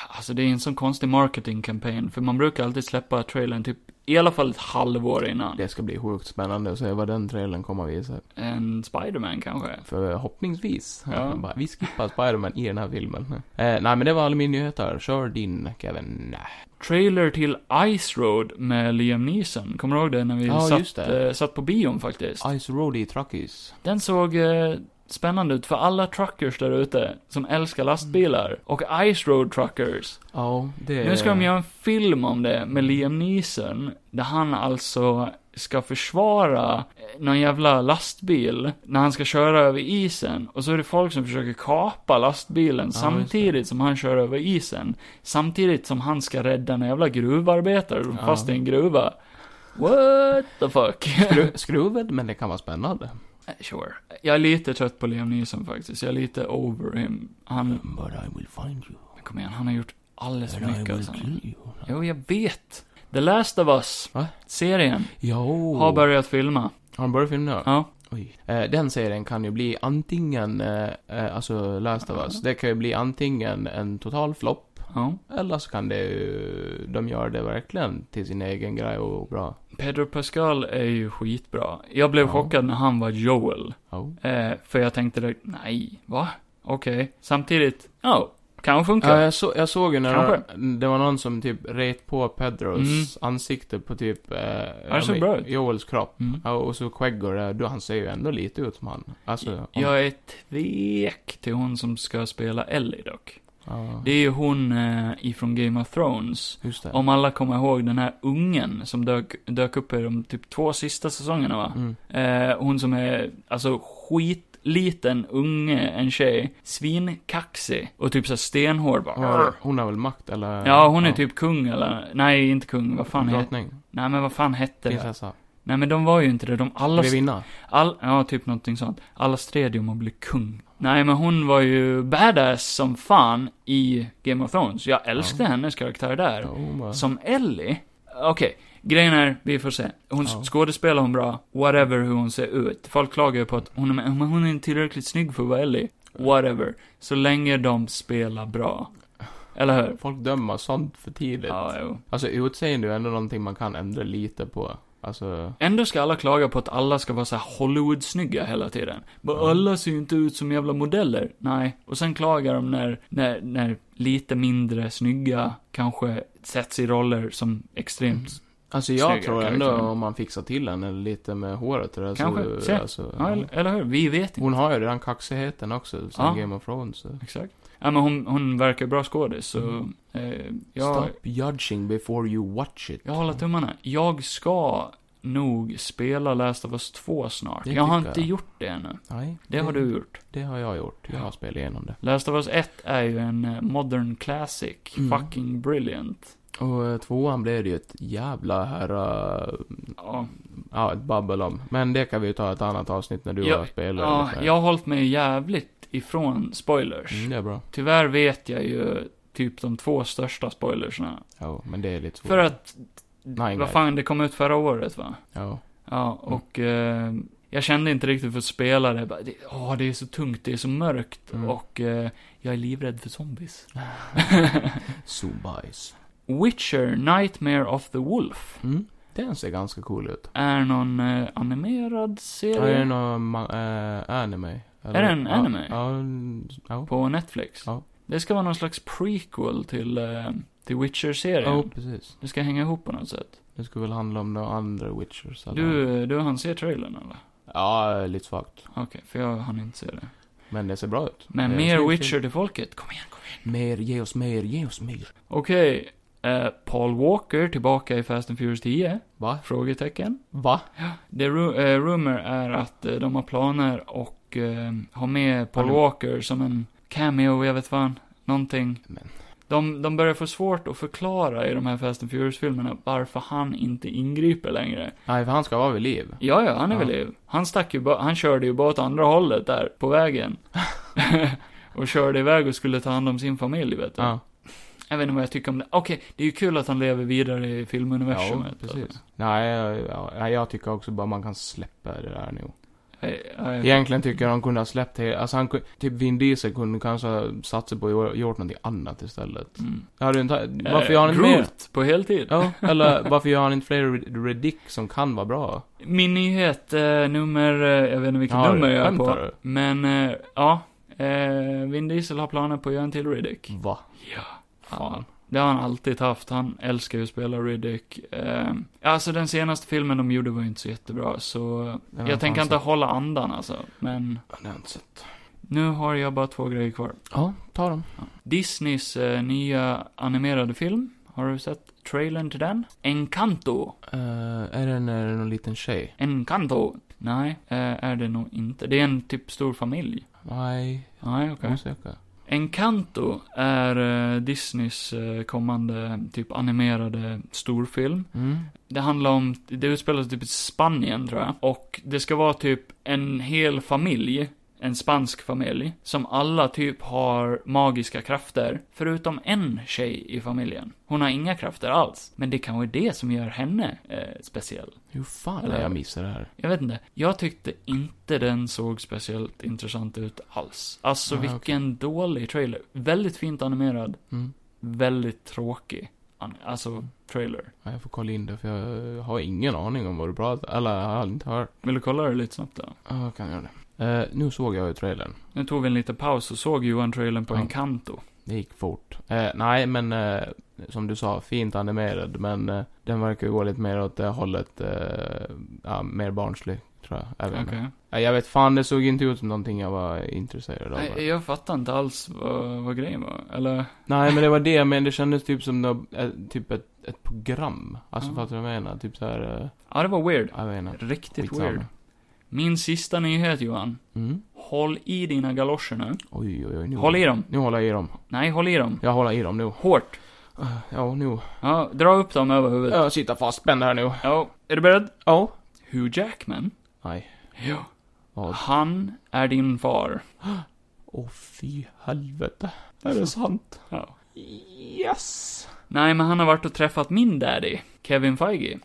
Alltså det är en sån konstig marketingkampanj, för man brukar alltid släppa trailern typ i alla fall ett halvår innan.
Det ska bli sjukt spännande att se vad den trailern kommer att visa.
En Spiderman kanske.
Förhoppningsvis.
Ja.
Bara, vi skippar Spiderman i den här filmen. Eh, nej, men det var alla mina nyheter. Kör din, Kevin.
Trailer till Ice Road med Liam Neeson. Kommer du ihåg det när vi
Ja, just
satt,
det.
eh, satt på bion faktiskt?
Ice Road i Truckies.
Den såg eh, spännande ut för alla truckers där ute som älskar lastbilar. Och Ice Road Truckers.
Ja, det...
Nu ska de göra en film om det med Liam Neeson, där han alltså ska försvara eh, någon jävla lastbil när han ska köra över isen. Och så är det folk som försöker kapa lastbilen
just det.
samtidigt som han kör över isen. Samtidigt som han ska rädda en jävla gruvarbetare som
Ja.
fast i en gruva. What the fuck?
Skru- skruvad, men det kan vara spännande.
sure. Jag är lite trött på Liam Neeson faktiskt. Jag är lite over him. Han,
Mm. But I will find you.
men kom igen, han har gjort alldeles för mycket alltså.
you.
Jo, jag vet. The Last of Us,
Va? Oh.
serien,
Jo.
har börjat filma.
Har de börjat filma nu?
Ja.
Oj. Eh, den serien kan ju bli antingen, eh, eh, alltså Last of Us, det kan ju bli antingen en total flopp,
ja.
eller så kan det ju, de gör det verkligen till sin egen grej och bra.
Pedro Pascal är ju skitbra. Jag blev
Ja.
chockad när han var Joel.
Oh.
Eh, för jag tänkte direkt, nej, va? Okej. Samtidigt, ja, kan det funka.
Ja, jag, Eh, så, jag såg ju när
Kanske.
det var någon som typ ret på Pedros
Mm.
ansikte på typ eh,
det såg
ja,
bra
men-
ut.
Joels kropp.
Mm.
Ja, och så skägg och det, då han ser ju ändå lite ut som han. Alltså, om-
Jag är tvek till hon som ska spela Ellie dock.
ja,
Det är ju hon eh, ifrån Game of Thrones.
just det.
Om alla kommer ihåg den här ungen som dök, dök upp i de typ två sista säsongerna va?
Mm.
Eh, hon som är, alltså skitliten unge, en tjej. Svinkaxig. Och typ så här stenhård
Hon,
bara.
har, hon har väl makt eller?
Ja, hon är typ kung eller, nej inte kung, vad fan hette,
Drottning,
nej men vad fan hette det?
prinsessa,
Nej men de var ju inte det, de alla,
grevinna.
all, ja typ någonting sånt. Alla stred ju om att bli kung. Nej men hon var ju badass som fan i Game of Thrones. Jag älskade hennes karaktär där.
Ja, hon var-
Som Ellie? Okej, grejen är, vi får se. Hon
Ja.
skådespelar hon bra, whatever hur hon ser ut. Folk klagar ju på att hon, är- men hon är inte tillräckligt snygg för att vara Ellie. Whatever. Så länge de spelar bra. Eller hur?
Folk dömer sånt för tidigt.
Ja, jo.
Alltså utseende är ju ändå någonting man kan ändra lite på. Alltså,
Ändå ska alla klaga på att alla ska vara så här Hollywood-snygga hela tiden. Bara,
Ja.
alla ser ju inte ut som jävla modeller. Nej. Och sen klagar de när, när, när lite mindre snygga kanske sätts i roller som extremt
Alltså jag
Snyggare
tror ändå
karaktär.
om man fixar till henne lite med håret och det,
Kanske.
så...
Se.
Alltså,
Ja, eller, eller hur? Vi vet inte.
Hon har ju den kaxigheten också, sen
Ja.
Game of Thrones. Så.
Exakt. Ja, men hon, hon verkar bra skådis, så...
Mm.
Eh, jag,
Stop judging before you watch it.
jag håller tummarna. Jag ska nog spela Last of Us 2 snart.
Det
Jag har
tycker
inte
jag. Mm.
gjort det ännu.
Nej,
Det har du gjort.
Det har jag gjort. Jag har spelat igenom det.
Last of Us 1 är ju en eh, modern classic.
Mm.
Fucking brilliant.
Och eh, tvåan blev det ju ett jävla herra...
Ja,
Ja, ett babbel om. Men det kan vi ju ta ett annat avsnitt när du
Ja,
har spelat.
ja
ungefär.
jag har hållit mig jävligt ifrån spoilers.
Mm, det är bra.
Tyvärr vet jag ju typ de två största spoilersna.
Ja, men det är lite svårt.
För att,
Nej,
vad
nej.
fan, det kom ut förra året va?
Ja.
Ja,
Mm.
och eh, jag kände inte riktigt för att spela det. Bara, det- Åh, det är så tungt, det är så mörkt
Mm.
och eh, jag är livrädd för zombies.
Zombies.
Witcher Nightmare of the Wolf
Mm. Den ser ganska cool ut.
är någon eh, animerad
Ja, det
serie
är någon ma- eh, anime.
Är det en
ja,
anime?
Ja, mm, ja.
på Netflix.
Ja.
Det ska vara någon slags prequel till, eh, till Witcher-serien.
Ja, precis.
Det ska hänga ihop på något sätt.
Det skulle väl handla om några andra witchers eller?
Du, du han ser trailern eller?
Ja, lite svagt.
Okej, för jag hann inte se det.
Men det ser bra ut.
Men
Det är
mer
snyggt.
Witcher till folket. Kom igen, kom igen.
Mer, ge oss mer, ge oss mer.
Okej. Eh, Paul Walker tillbaka i Fast and Furious 10?
Va?
Frågetecken.
Va?
Det ru- eh, rumor är att eh, de har planer och eh, har med Paul
Han-
Walker som en cameo, jag vet fan. Någonting.
Men.
De, de börjar få svårt att förklara i de här Fast and Furious-filmerna varför han inte ingriper längre.
Nej, för han ska vara vid liv.
Ja, ja, han är
Ja.
väl liv. Han stack ju bara, han körde ju bara åt andra hållet där, på vägen. och körde iväg och skulle ta hand om sin familj, vet du.
Ja,
Jag vet inte vad jag tycker om det. Okej, det är ju kul att han lever vidare i filmuniversumet.
ja precis. Nej, jag- ja, nej, jag tycker också bara man kan släppa det där nu.
Nej, nej.
Egentligen tycker jag de kunde ha släppt det. Alltså han kunde- typ Vin Diesel kunde kanske ha satt sig på att göra- gjort någonting annat istället.
Mm.
Jag hade inte, varför
Eh,
gör han inte mer?
Groot på heltid.
Ja, eller varför gör han inte fler Red- Redick som kan vara bra?
Min nyhet, eh, nummer, eh, jag vet inte vilket
Ja,
nummer jag är
skämtar
på. Men, eh, ja. Eh, Vin Diesel har planer på att göra en till Riddick.
Va?
Ja.
Fan.
Det har han alltid haft. Han älskar ju att spela Riddick. Eh, alltså den senaste filmen de gjorde var ju inte så jättebra, så
Den har
jag
jag
tänker
fan
inte
sett.
hålla andan alltså. Men
Ja, det har jag inte sett.
nu har jag bara två grejer kvar.
Ja, ta dem.
Disneys eh, nya animerade film. Har du sett trailern till den? Encanto.
Eh, är det en, är det någon liten tjej?
Encanto. Nej, eh, är det nog inte. Det är en typ stor familj.
Nej,
Nej, okej.
osäker.
Encanto är eh, Disneys eh, kommande typ animerade storfilm.
Mm.
Det handlar om, det utspelar sig typ i Spanien tror jag. Och det ska vara typ en hel familj, en spansk familj, som alla typ har magiska krafter. Förutom en tjej i familjen. Hon har inga krafter alls. Men det kanske är det som gör henne eh, speciell.
Hur fan
Eller-
har jag missat det här?
Jag vet inte. Jag tyckte inte den såg speciellt intressant ut alls. Alltså
Nej,
vilken dålig trailer. Väldigt fint animerad,
Mm.
väldigt tråkig. an- Alltså, trailer.
Ja, jag får kolla in det, för jag har ingen aning om vad du pratar Eller, jag har inte hört.
Vill du kolla det lite snabbt då?
Ja, jag kan göra det. Eh, nu såg jag ju trailern.
Nu tog vi en liten paus och såg Johan trailern på
Ja.
Encanto.
Det gick fort. Eh, nej, men eh, som du sa, fint animerad, men eh, den verkar ju gå lite mer åt det hållet, eh, ja, mer barnslig, tror jag. Jag vet, inte.
Okej.
Eh, jag vet fan, det såg inte ut som någonting jag var intresserad av.
Nej, eh, Jag fattar inte alls vad, vad grejen var. Eller,
Nej, men det var det, men det kändes typ som nå- eh, typ ett, ett program. Alltså,
Ja.
fattar du vad jag menar? Typ såhär, eh,
ja det var weird.
jag vet inte.
Riktigt
Skitsamma.
weird. Min sista nyhet Johan.
Mm.
Håll i dina galoscher nu.
Oj, oj, oj. Nu.
Håll i dem.
Nu håller jag i dem.
Nej, håll i dem.
Jag håller i dem nu.
Hårt.
Eh, Ja, nu.
Ja, dra upp dem över huvudet.
Jag sitter fastspänd här nu.
Ja, är du beredd?
Ja.
Hugh Jackman?
Nej.
Ja.
Vad?
Han är din far.
Åh, fy helvete. Är det sant?
Ja.
Yes!
Nej, men han har varit och träffat min daddy, Kevin Feige,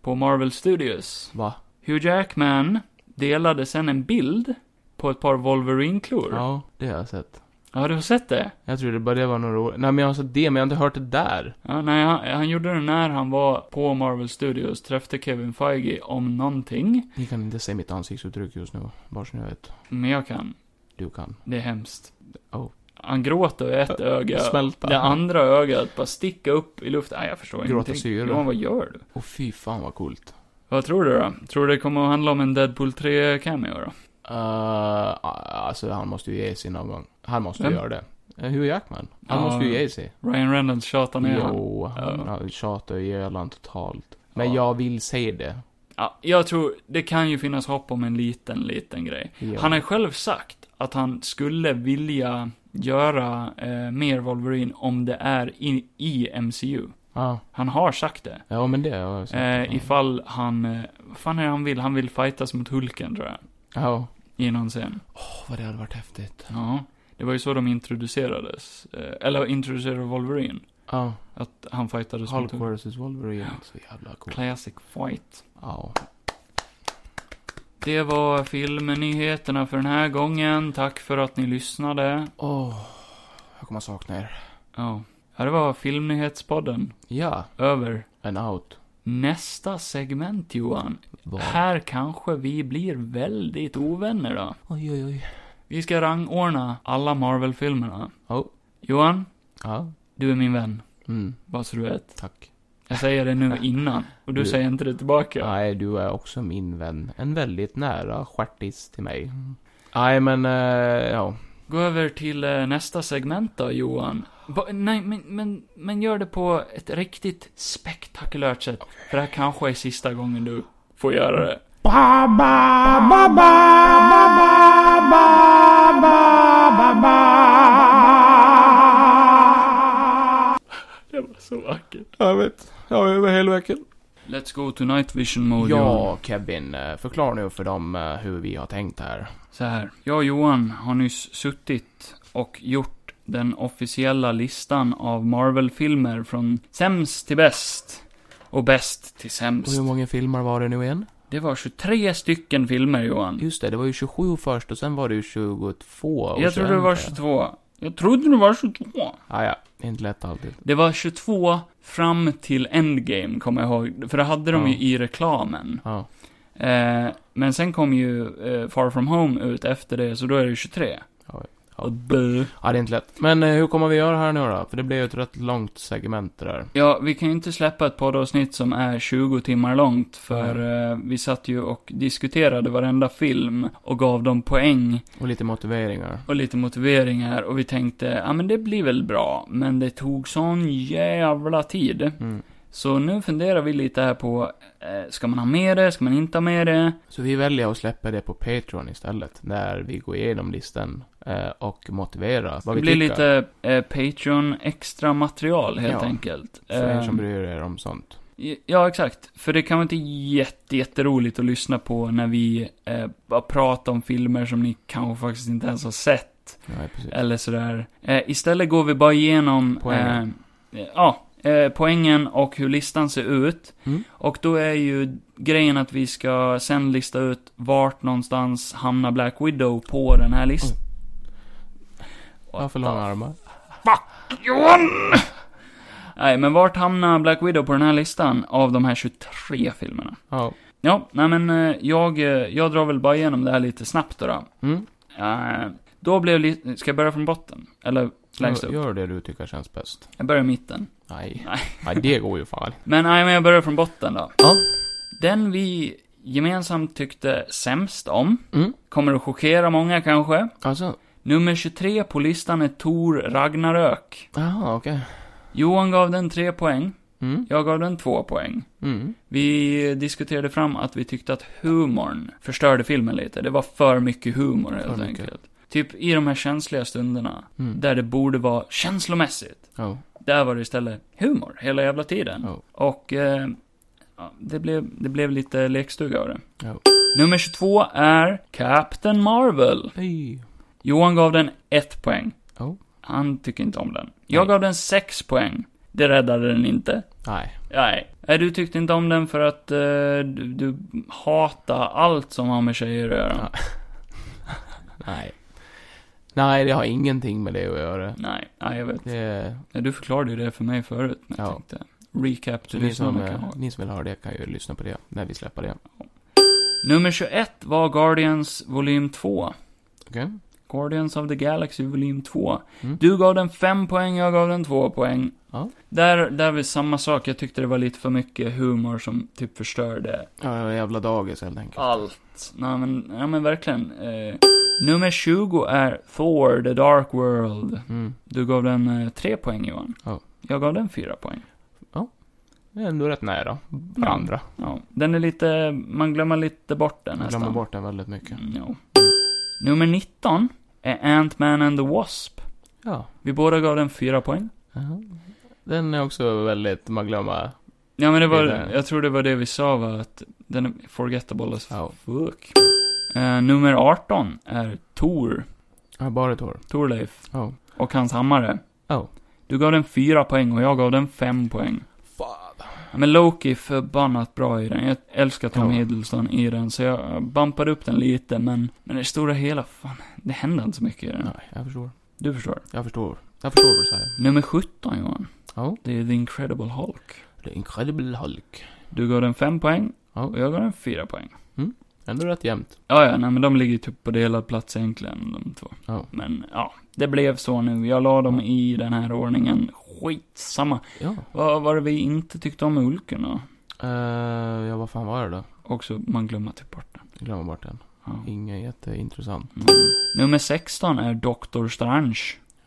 på Marvel Studios.
Va?
Hugh Jackman delade sen en bild på ett par Wolverine-klor. Ja.
Ja, det har jag sett.
du har sett det?
Jag trodde bara det var några år. Nej, men jag har sett det, men jag har inte hört det där.
Ja, nej, han, han gjorde det när han var på Marvel Studios, träffade Kevin Feige om någonting.
Ni kan inte se mitt ansiktsuttryck just nu, bara så ni vet.
Men jag kan.
Du kan.
Det är hemskt.
Oh. Äh,
han gråter och ett öga.
Smälta.
Det andra ögat bara sticka upp i luften. Nej, jag förstår
Gråta
ingenting.
syre.
Johan, vad gör du?
Och fy fan vad coolt.
Vad tror du då? Tror du det kommer att handla om en Deadpool 3-cameo då?
Uh, alltså han måste ju ge sig någon gång. Han måste ju
Vem?
göra det. Eh, Hugh Jackman. Han
Ja.
måste ju ge sig.
Ryan Reynolds tjatar ner honom.
Jo, han,
Ja.
han tjatar ju ihjäl honom totalt. Men
Ja.
jag vill se det.
Ja, jag tror, det kan ju finnas hopp om en liten, liten grej.
Ja.
Han har själv sagt att han skulle vilja göra eh, mer Wolverine om det är i, i MCU.
Ja,
Han har sagt det.
ja men det har jag sett.
Eh, ifall han, eh, vad fan är det han vill? Han vill fightas mot Hulken tror jag.
Ja.
I någon scen.
Åh, vad det hade varit häftigt.
Ja. Det var ju så de introducerades. Eh, eller introducerade Wolverine.
Ja,
Att han fightades
Hulk
mot Hulken.
vs Wolverine. Så jävla coolt.
Classic fight.
Ja.
Det var filmnyheterna för den här gången. Tack för att ni lyssnade.
Åh, jag kommer sakna er.
Ja. Ja, det var filmnyhetspodden.
Ja,
Över.
and out.
Nästa segment, Johan.
Vad?
Här kanske vi blir väldigt ovänner då.
Oj, oj, oj.
Vi ska rangordna alla Marvel-filmerna.
Oh.
Johan,
Ja.
du är min vän.
Mm,
Bara så du vet.
tack.
Jag säger det nu innan. Och du
Du-
säger inte det tillbaka.
Nej, du är också min vän. En väldigt nära stjärtis till mig. Mm. Nej, men eh, ja.
Gå över till eh, nästa segment då, Johan. Ba, nej, men, men, men gör det på ett riktigt spektakulärt sätt. För det här kanske är sista gången du får göra det. Det var så vackert.
Jag vet. Jag är över hela veckan.
Let's go to night vision mode, Johan.
Ja, Kevin. eh, Förklara nu för dem eh, hur vi har tänkt här.
Så här. Jag och Johan har nyss suttit och gjort den officiella listan av Marvel-filmer från sämst till bäst. Och bäst till
Och
sämst.
hur många filmer var det nu igen?
Det var 23 stycken filmer, Johan.
Just det, det var ju 27 först och sen var det ju 22 och
Jag trodde det var
21.
22. Jag trodde det var 22.
Ah, ja, inte lätt alltid.
Det var 22 fram till Endgame, kommer jag ihåg. För det hade de
Ja.
ju i reklamen.
Ja.
Eh, men sen kom ju eh, Far From Home ut efter det, så då är det 23.
Ja, ja.
Och bö.
Ja, det är inte lätt. Men eh, hur kommer vi göra här nu då? För det blev ju ett rätt långt segment det där.
Ja, vi kan ju inte släppa ett poddavsnitt som är 20 timmar långt, för eh, vi satt ju och diskuterade varenda film och gav dem poäng
Och lite motiveringar.
och lite motiveringar och vi tänkte, ja men det blir väl bra, men det tog sån jävla tid.
Mm.
Så nu funderar vi lite här på, eh, ska man ha med det, ska man inte ha med det?
Så vi väljer att släppa det på Patreon istället. När vi går igenom listan eh, och motiverar vad
Det
vi
blir
tycker.
lite eh, Patreon-extra material helt
Ja,
enkelt.
För er
Eh,
som bryr er om sånt.
Ja, exakt. För det kan vara inte jätte, jätteroligt att lyssna på när vi eh, bara pratar om filmer som ni kanske faktiskt inte ens har sett,
Ja, precis.
eller sådär. Eh, istället går vi bara igenom...
Poängen.
Eh, ja, eh, poängen och hur listan ser ut.
Mm.
Och då är ju grejen att vi ska sen lista ut vart någonstans hamnar Black Widow på den här listan.
Jag har för långa armar.
Johan! Nej, men vart hamnar Black Widow på den här listan av de här 23 filmerna?
Ja.
Ja, nej men eh, jag, eh, jag drar väl bara igenom det här lite snabbt då. Då,
Mm.
Eh, då blev li- Ska jag börja från botten? Eller längst
Gör,
upp?
gör det du tycker känns bäst.
Jag börjar i mitten.
Nej.
Nej.
Nej, det går ju fan.
Men nej, men jag börjar från botten då.
Ja.
Den vi gemensamt tyckte sämst om,
Mm.
kommer att chockera många kanske.
Alltså.
Nummer 23 på listan är Tor Ragnarök.
Jaha, okej.
Johan gav den 3 poäng,
Mm.
jag gav den 2 poäng.
Mm.
Vi diskuterade fram att vi tyckte att humorn förstörde filmen lite. Det var för mycket humor helt
För mycket.
enkelt. Typ i de här känsliga stunderna,
Mm. Oh,
där det borde vara känslomässigt.
Ja.
Där var det istället humor hela jävla tiden.
Ja.
Och eh, ja, det, blev, det blev lite lekstuga av det.
Ja.
Nummer 22 är Captain Marvel.
Oj.
Johan gav den 1 poäng.
Ja.
Han tycker inte om den. Jag
Oh. Nej.
gav den 6 poäng. Det räddade den inte.
Nej.
Nej. Nej, du tyckte inte om den för att eh, du, du hatar allt som har med tjejer att göra.
Nej. Nej, det har ingenting med det att göra.
Nej, nej jag vet.
Det
Nej, du förklarade ju det för mig förut, men jag
Ja.
tänkte recap
Så
till
ni som,
lyssnarna kan
eh,
ha.
ni som vill höra det kan ju lyssna på det när vi släpper det.
Nummer 21 var Guardians volym 2.
Okej?
Guardians of the Galaxy volym 2.
Mm.
Du gav den 5 poäng, jag gav den 2 poäng.
Ja.
Där, där var samma sak, jag tyckte det var lite för mycket humor som typ förstörde
Ja, det var jävla dagis helt enkelt.
allt. Nej men, ja, men verkligen. Eh, nummer 20 är Thor, The Dark World.
Mm.
Du gav den eh, 3 poäng Johan.
Ja.
Jag gav den 4 poäng.
Det är ändå rätt nära varandra.
varandra. Ja, den är lite, man glömmer lite bort den
Jag
nästan.
glömmer bort den väldigt mycket.
Mm, ja. Nummer 19 är Ant-Man and the Wasp.
Ja.
Vi båda gav den 4 poäng.
Ja. Den är också väldigt, man glömmer.
Ja men det var,
Det är det.
jag tror det var det vi sa var att den är forgettable as
Ja.
fuck. Eh, nummer 18 är Tor,
Ja, bara ett år.
Torleif
Ja.
och hans hammare.
Ja.
Du gav den 4 poäng och jag gav den 5 poäng.
Fan.
Ja, Men Loki är förbannat bra i den. Jag älskar Tom
Ja.
Hiddleston i den, så jag bumpade upp den lite, men, men i det stora hela, fan, det händer inte så mycket i den.
Nej, jag förstår.
Du förstår.
Jag förstår. Jag förstår vad du säger.
Nummer 17, Johan.
Ja.
Det är The Incredible Hulk.
The Incredible Hulk.
Du gav den 5 poäng,
Ja.
och jag gav den 4 poäng.
Ändå rätt jämnt.
Ja, ja, nej men de ligger typ på delad plats egentligen, de två.
Ja.
Men, ja. Det blev så nu. Jag la dem i den här
Mm.
ordningen. Skitsamma.
Ja.
Vad var det vi inte tyckte om Ulken då?
Eh, ja, vad fan var det då?
Också, man glömmer typ bort den.
Jag glömmer bort den.
Ja.
Inget jätteintressant.
Mm. Nummer 16 är Dr. Strange.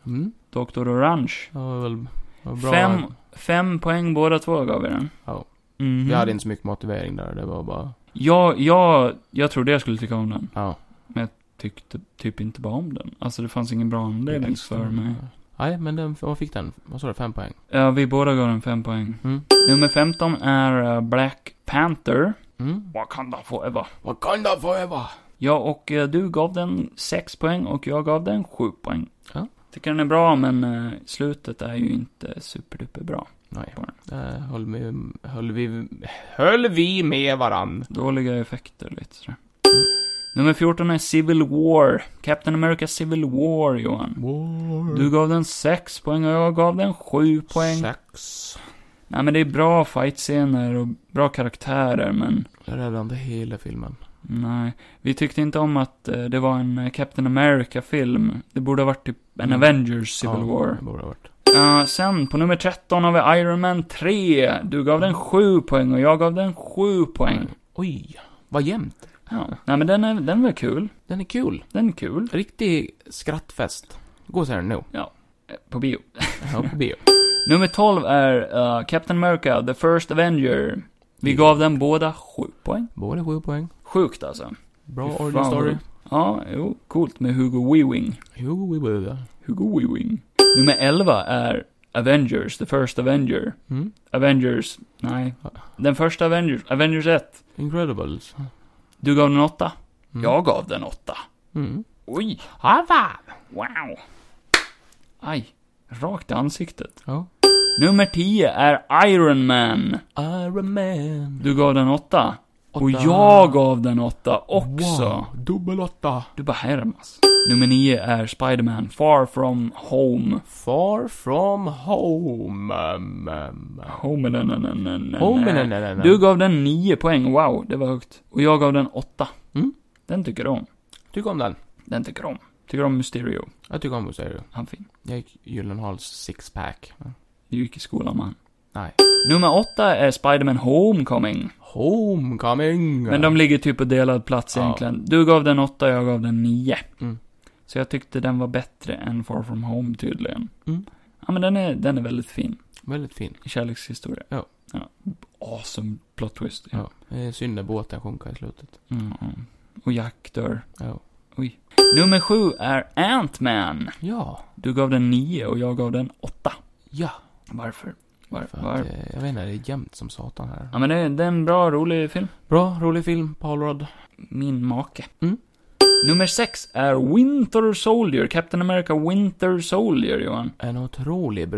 Mm.
Dr. Orange.
Ja, det var väl det var bra.
Fem. Fem poäng båda två gav vi den.
Ja.
Mhm.
Vi hade inte så mycket motivering där. Det var bara...
Jag, jag, jag trodde jag skulle tycka om den.
Ja.
Tyckte typ inte bara om den. Alltså det fanns ingen bra anledning för mig.
Nej, men den, vad fick den? Vad sa du? Fem poäng?
Ja, vi båda gav den fem poäng.
Mm.
Nummer 15 är eh, Black Panther.
Mm.
Wakanda forever.
Wakanda forever!
Ja, och eh, du gav den sex poäng och jag gav den sju poäng.
Ja.
Tycker den är bra, men eh, slutet är ju inte superduper bra.
Nej.
Bara.
Där höll vi, höll vi, höll vi med varann.
Dåliga effekter lite sådär. Nummer 14 är Civil War. Captain America Civil War, Johan. Du gav den 6 poäng och jag gav den 7 poäng.
Sex.
Nej men det är bra fightscener och bra karaktärer, men
Jag räddade hela filmen.
nej. Vi tyckte inte om att eh, det var en eh, Captain America-film. Det borde ha varit typ en
Mm.
Avengers Civil
ja,
War.
Det borde ha varit.
Eh, sen, på nummer 13 har vi Iron Man 3. Du gav den 7 poäng och jag gav den 7
Mm.
poäng.
Oj, vad jämnt.
Ja. Nej men den, är, den var kul.
Den är kul.
Den är kul.
Riktig skrattfest. Gå och se den nu.
Eh, På bio.
Ja, på bio.
Nummer 12 är eh, Captain America, The First Avenger. Vi gav den båda 7 poäng.
Både sju poäng.
Sjukt alltså.
Bra
Fy fan
origin story.
vad- Ja, jo, coolt med Hugo Weaving.
Jo, vi borde.
Hugo Weaving. Nummer 11 är Avengers, The First Avenger.
Mm.
Avengers, nej. Den första Avengers, Avengers 1.
Incredibles. Mm.
Du gav den 8. Jag gav den 8.
Mm.
Oj,
Hava!
wow. Aj, rakt i ansiktet.
Ja.
Nummer 10 är Iron Man.
Iron Man.
Du gav den 8. Och
Åtta.
jag gav den 8 också.
Wow. Dubbel åtta.
Du bara härmas. Nummer 9 är Spider-Man Far From Home.
Far from home. Um, um.
Home, na, na, na, na, na.
Home, nej, nej, nej, nej.
Du gav den 9 poäng, wow, det var högt. Och jag gav den 8.
Mm.
Den tycker om.
Tycker om den.
Den tycker om. Tycker om Mysterio.
Jag tycker om Mysterio.
Han fin.
Jag gick Gyllenhaals sixpack.
Du gick i skolan man.
Nej.
Nummer 8 är Spider-Man Homecoming.
Homecoming!
Men de ligger typ på delad plats
Ja.
egentligen. Du gav den 8, jag gav den 9.
Mm.
Så jag tyckte den var bättre än Far From Home tydligen.
Mm.
Ja men den är, den är väldigt fin.
Väldigt fin.
Kärlekshistoria.
Ja.
ja. Awesome plot twist.
Ja. Det är synd när båten sjunker i slutet.
Mm. Och Jack dör.
Ja.
Nummer 7 är Ant-Man.
Ja.
Du gav den 9 och jag gav den 8.
Ja.
Varför? Var,
För att,
var?
eh, jag vet inte, det är jämnt som satan här.
Ja men det, det är en bra, rolig film.
Bra, rolig film. Paul Rudd.
Min make.
Mm.
Nummer 6 är Winter Soldier. Captain America Winter Soldier, Johan.
En otrolig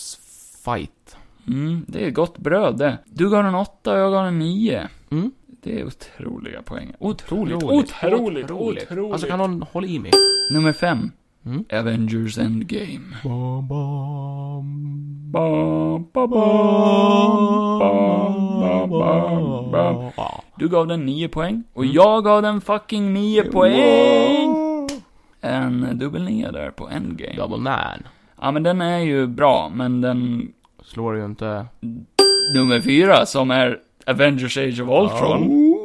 brödraskapsfight.
Mm, det är gott bröd det. Du gav den 8 och jag gav den 9.
Mm.
Det är otroliga poäng. Otroligt,
Otroligt,
otroligt, otroligt.
Alltså kan någon hålla i mig?
Nummer 5.
Mm.
Avengers Endgame.
Bam, bam.
Ba, ba, ba, ba, ba, ba, ba. Mm. Du gav den 9 poäng och jag gav den fucking 9 poäng! en dubbel nia där på Endgame.
Double Nine.
Ja, men den är ju bra, men den
Slår ju inte...
nummer fyra som är Avengers Age of Ultron.
Oh.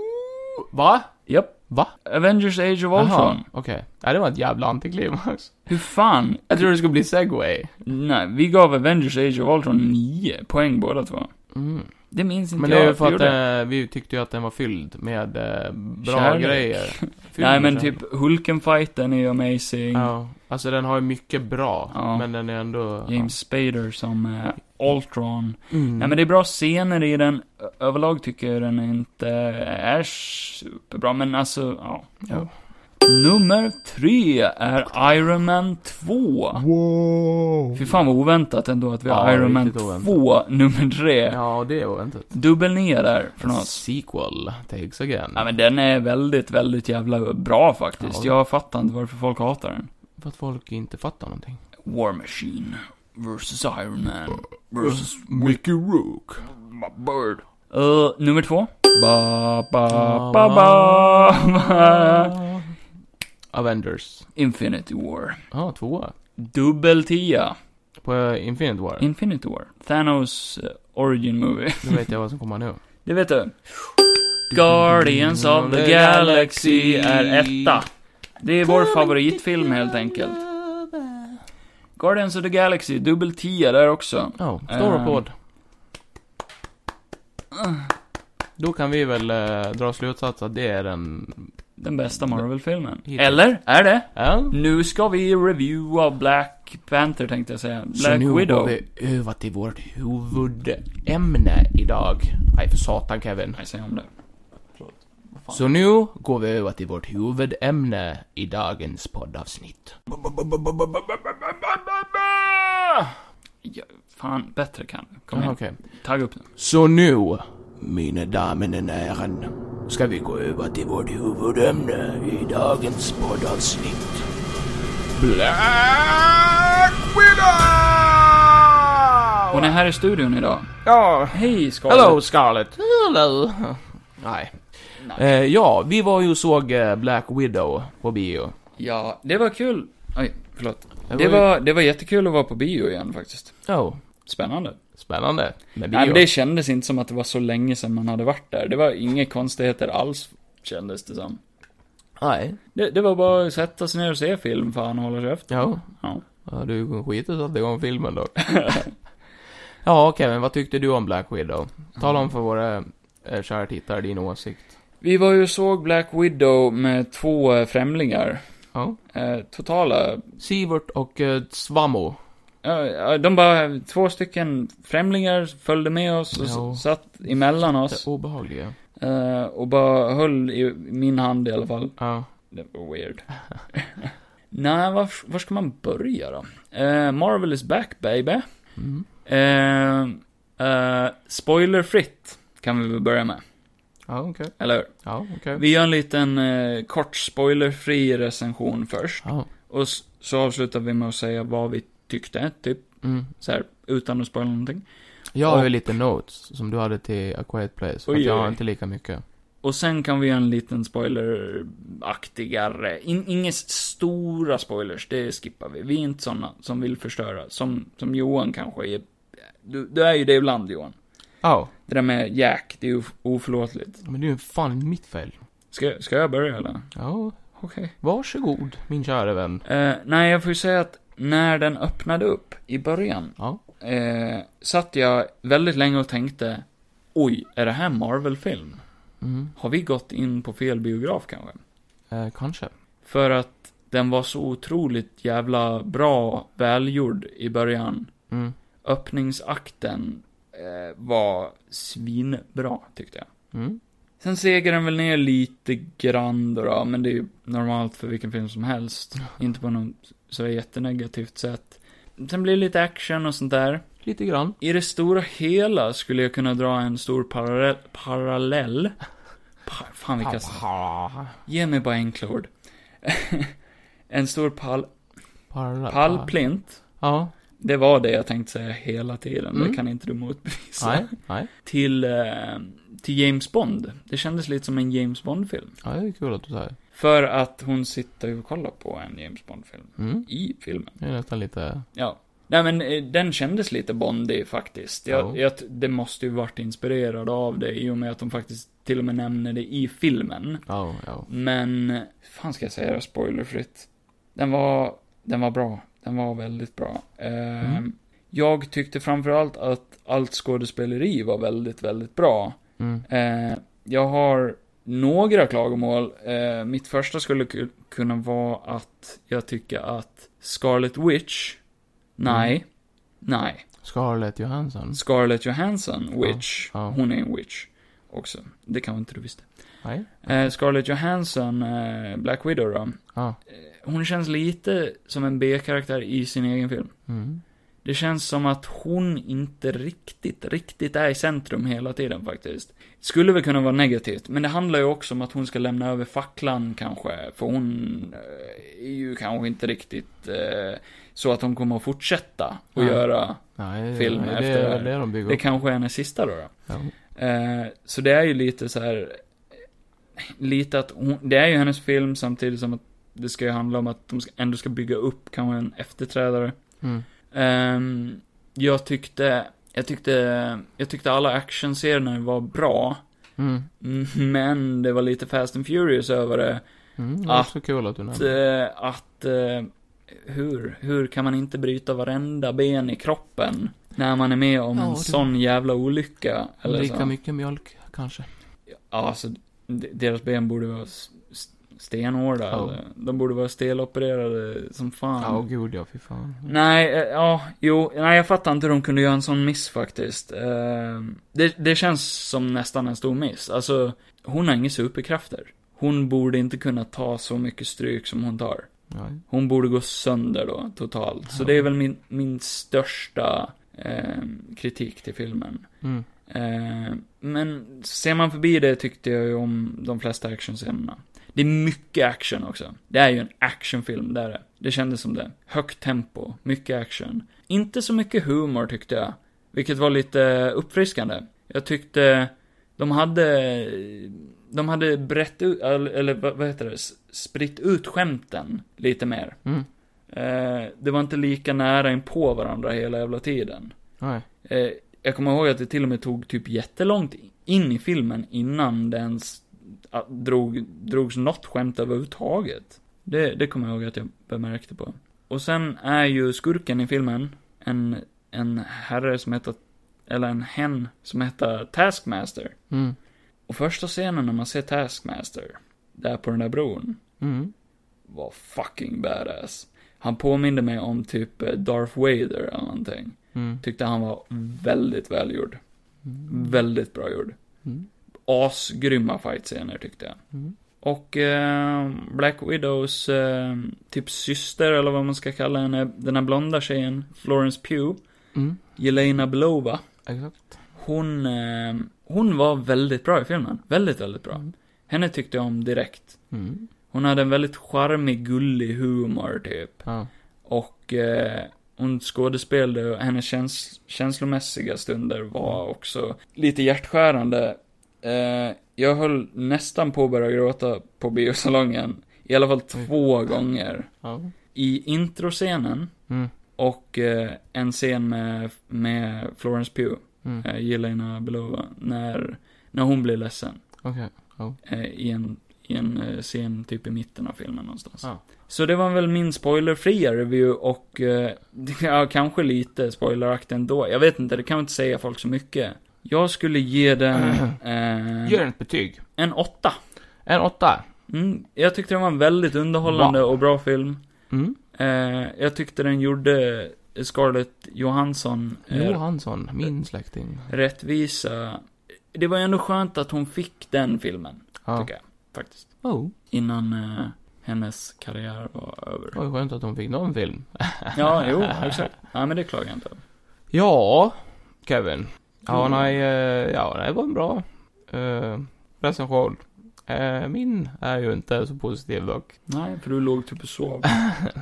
Va?
Japp,
Va?
Avengers Age of Ultron.
Jaha, okej. Ja, det var ett jävla antiklimax.
Hur fan?
Jag trodde det skulle bli segway.
Nej, vi gav Avengers Age of Ultron 9 poäng båda två.
Mm.
Det minns inte
Men det är
jag
ju för
gjorde.
att eh, vi tyckte ju att den var fylld med eh, bra
Kärlek.
grejer. Fylld
Nej,
med
men
kärlek.
typ Hulken-fighten är ju amazing.
Ja. Alltså den har ju mycket bra,
Ja.
men den är ändå...
James Spader som eh, Ultron.
Ja. Mm.
Nej men det är bra scener i den. Ö- Överlag tycker jag den inte är superbra, men alltså, ja.
Ja.
Nummer tre är Iron Man 2.
Wow!
Fy fan vad oväntat ändå att vi har
Ja,
Iron Man
riktigt oväntat.
2, nummer tre.
Ja, det är oväntat.
Dubbel ner där från oss.
Sequel, takes again.
Ja men den är väldigt, väldigt jävla bra faktiskt.
Ja.
Jag fattar inte varför folk hatar den.
För att folk inte fattar någonting.
War Machine versus Iron Man versus
Mickey Rook.
Bird. Uh, nummer två. Ba, ba,
Ba,
ba, ba,
Ah.
ba.
Avengers.
Infinity War.
Ja, ah, tvåa.
Dubbel tia.
På eh, Infinite War.
Infinity War. Thanos eh, Origin Movie.
Då vet jag vad som kommer nu.
Det vet du. Guardians of the Galaxy är etta. Det är vår favoritfilm helt enkelt. Guardians of the Galaxy, dubbel tia där också.
Ja, stor
Ehm.
applåd. Då kan vi väl eh, dra slutsats att det är den...
Den bästa Marvel-filmen.
Hittills.
Eller? Är det?
Ja.
Nu ska vi reviewa Black Panther tänkte jag säga. Black Widow.
vi över till vårt huvudämne idag. Nej, för satan Kevin.
Nej, säg om det.
Så nu går vi över till vårt huvudämne i dagens poddavsnitt.
Ja, fan, bättre kan du. Kom
Jaha,
igen.
okej.
Tagga upp nu.
Så nu, mina damer och herren, ska vi gå över till vårt huvudämne i dagens poddavsnitt. Black Widow!
Hon är här i studion idag.
Ja,
Hej Scarlett.
hello Scarlett. Hello. Nej. Eh, ja, vi var ju och såg eh, Black Widow på bio.
Ja, det var kul. Oj, förlåt.
Det
Det
var ju-
var, det var jättekul att vara på bio igen faktiskt.
Oh,
Spännande.
spännande. Med bio.
Nej, men det kändes inte som att det var så länge sedan man hade varit där. Det var inga konstigheter alls, kändes det som.
Nej.
Det, det var bara att sätta sig ner och se film, fan hålla käften.
Ja.
Ja.
Ja, du skiter satte igång filmen då. ja, Kevin, vad tyckte du om Black Widow? Tala om för våra eh, kära tittare din åsikt.
Vi var ju och såg Black Widow med två eh, främlingar.
Ja.
Eh, totala
Sivert och eh, Svammo.
Ja, ja, de bara, två stycken främlingar följde med oss och
Ja.
s- satt emellan oss.
Det obehagliga.
eh, Och bara höll i min hand i alla fall.
Ja.
Det var weird. Nej, var, var ska man börja då? Eh, Marvel is back baby.
Mm.
Eh, eh, spoilerfritt kan vi väl börja med,
Ja, okej.
eller hur?
Ja, okej.
Vi gör en liten eh, kort spoilerfri recension först.
Ja.
Och s- så avslutar vi med att säga vad vi tyckte, typ.
Mm.
Så här, utan att spoila någonting.
Jag har ju
Och-
lite notes som du hade till A Quiet Place. För
Oj,
att jag
oj,
har
oj.
inte lika mycket.
Och sen kan vi göra en liten spoileraktigare. In, inga stora spoilers, det skippar vi. Vi är inte såna som vill förstöra. Som, som Johan kanske är. Du, du är ju det ibland Johan.
Ja,
Det där med Jack, det är ju of- oförlåtligt.
men det är ju fan mitt fel.
Ska, ska jag börja eller?
Ja,
Okej.
varsågod, min kära vän.
Eh, nej, jag får ju säga att när den öppnade upp i början.
Ja.
Eh, satt jag väldigt länge och tänkte. Oj, är det här Marvel-film?
Mm.
Har vi gått in på fel biograf kanske?
Eh, kanske.
För att den var så otroligt jävla bra välgjord i början.
Mm.
Öppningsakten eh, var svinbra, tyckte jag.
Mm.
Sen seger den väl ner lite grann då, då, men det är ju normalt för vilken film som helst. Inte på något sådär jättenegativt sätt. Sen blir det lite action och sånt där.
Lite grann.
I det stora hela skulle jag kunna dra en stor parallell... parallell. Pa, fan vilka...
Pa-
Ge mig bara enkla ord. en stor pall...
Parla.
Pallplint
Ja.
Det var det jag tänkte säga hela tiden,
Mm.
det kan inte du motbevisa.
Nej, nej.
Till, eh, till James Bond. Det kändes lite som en James Bond-film.
Ja, det är kul att du säger.
För att hon sitter ju och kollar på en James Bond-film.
Mm.
I filmen.
Det är nästan lite...
Ja. Nej men eh, den kändes lite Bondig faktiskt. Jag,
Ja.
jag, det måste ju varit inspirerad av det i och med att de faktiskt till och med nämner det i filmen.
Ja, ja.
Men, hur fan ska jag säga det spoilerfritt? Den var, den var bra. Den var väldigt bra. Eh,
Mm.
Jag tyckte framförallt att allt skådespeleri var väldigt, väldigt bra.
Mm.
Eh, jag har några klagomål. Eh, mitt första skulle ku- kunna vara att jag tycker att Scarlet Witch, nej,
Mm.
nej.
Scarlett Johansson.
Scarlett Johansson,
Ja,
witch,
ja.
hon är en witch också. Det kanske inte du visste.
Nej.
Eh, Scarlett Johansson, eh, Black Widow då.
Ja.
Hon känns lite som en B-karaktär i sin egen film.
Mm.
Det känns som att hon inte riktigt, riktigt är i centrum hela tiden faktiskt. Skulle väl kunna vara negativt, men det handlar ju också om att hon ska lämna över facklan kanske, för hon eh, är ju kanske inte riktigt eh, så att hon kommer att fortsätta och
Nej.
göra,
Nej,
Film
nej, det
efter det
är
här.
det de bygger
det
upp.
kanske är hennes sista då. då.
Ja.
Eh, så det är ju lite så här eh, lite att hon, det är ju hennes film samtidigt som att det ska ju handla om att de ska, ändå ska bygga upp kanske en efterträdare.
Mm.
Ehm, jag tyckte, jag tyckte, jag tyckte alla actionscener var bra.
Mm.
Mm, Men det var lite Fast and Furious över det.
Mm. Det är
Att,
också kul att du
Att,
nämner.
eh, att eh, hur, hur kan man inte bryta varenda ben i kroppen? När man är med om
Ja,
en
det-
sån jävla olycka. Eller
Dricka
så.
mycket mjölk, kanske.
Ja, alltså, de- deras ben borde vara s- s- stenhårda.
Ja.
eller- De borde vara stelopererade som fan.
Ja, oh, gud ja, fy fan.
Nej, eh, ja, jo, nej jag fattar inte hur de kunde göra en sån miss faktiskt. Eh, Det, det känns som nästan en stor miss. Alltså, hon har inga superkrafter. Hon borde inte kunna ta så mycket stryk som hon tar.
Nej.
Hon borde gå sönder då, totalt. Så
Ja.
det är väl min, min största eh, kritik till filmen.
Mm.
Eh, men ser man förbi det tyckte jag ju om de flesta actionscenerna. Det är mycket action också. Det är ju en actionfilm, där det. Det kändes som det. Högt tempo, mycket action. Inte så mycket humor tyckte jag. Vilket var lite uppfriskande. Jag tyckte de hade, de hade brett ut, eller vad vad heter det, S- spritt ut skämten lite mer.
Mm.
Eh, det var inte lika nära in på varandra hela jävla tiden.
Nej.
Eh, jag kommer ihåg att det till och med tog typ jättelångt in i filmen innan det ens ah, drog, drogs något skämt överhuvudtaget. Det, det kommer jag ihåg att jag bemärkte på. Och sen är ju skurken i filmen en, en herre som heter, eller en hen som heter Taskmaster.
Mm.
Och första scenen när man ser Taskmaster, där på den där bron,
Mm.
var fucking badass. Han påminde mig om typ eh, Darth Vader eller någonting.
Mm.
Tyckte han var väldigt välgjord.
Mm.
Väldigt bra gjord.
Mm.
Asgrymma fightscener tyckte jag.
Mm.
Och eh, Black Widows eh, typ syster, eller vad man ska kalla henne, den här blonda tjejen, Florence Pugh,
Mm.
Jelena Belova,
Exakt.
hon, eh, hon var väldigt bra i filmen. Väldigt, väldigt bra.
Mm.
Henne tyckte jag om direkt.
Mm.
Hon hade en väldigt charmig, gullig humor, typ.
Ja.
Och eh, hon skådespelade och hennes käns känslomässiga stunder var också lite hjärtskärande. Eh, jag höll nästan på att börja gråta på biosalongen. I alla fall två gånger.
Ja.
I introscenen
Mm.
och eh, en scen med, med Florence Pugh,
Mm.
eh, Jelena Belova, när, när hon blir ledsen.
Okej.
Eh, I en, i en eh, scen typ i mitten av filmen någonstans.
Ja.
Så det var väl min spoilerfria review och eh, ja, kanske lite spoilerakt ändå. Jag vet inte, det kan jag inte säga folk så mycket. Jag skulle ge den eh,
Ge den ett betyg.
en åtta.
En åtta.
Mm, jag tyckte den var en väldigt underhållande och bra film.
Mm.
Eh, jag tyckte den gjorde Scarlett Johansson eh,
Johansson, min släkting.
rättvisa. Det var ju ändå skönt att hon fick den filmen,
Ja.
tycker jag. Faktiskt.
Oh,
Innan eh, hennes karriär var över.
det var ju skönt att hon fick någon film.
Ja, jo, exakt. Ja, men det klagar jag inte över.
Ja, Kevin. Ja,
Mm.
nej, eh, ja, nej, det var en bra eh, recension. Eh, min är ju inte så positiv dock.
Nej, för du låg typ och sov.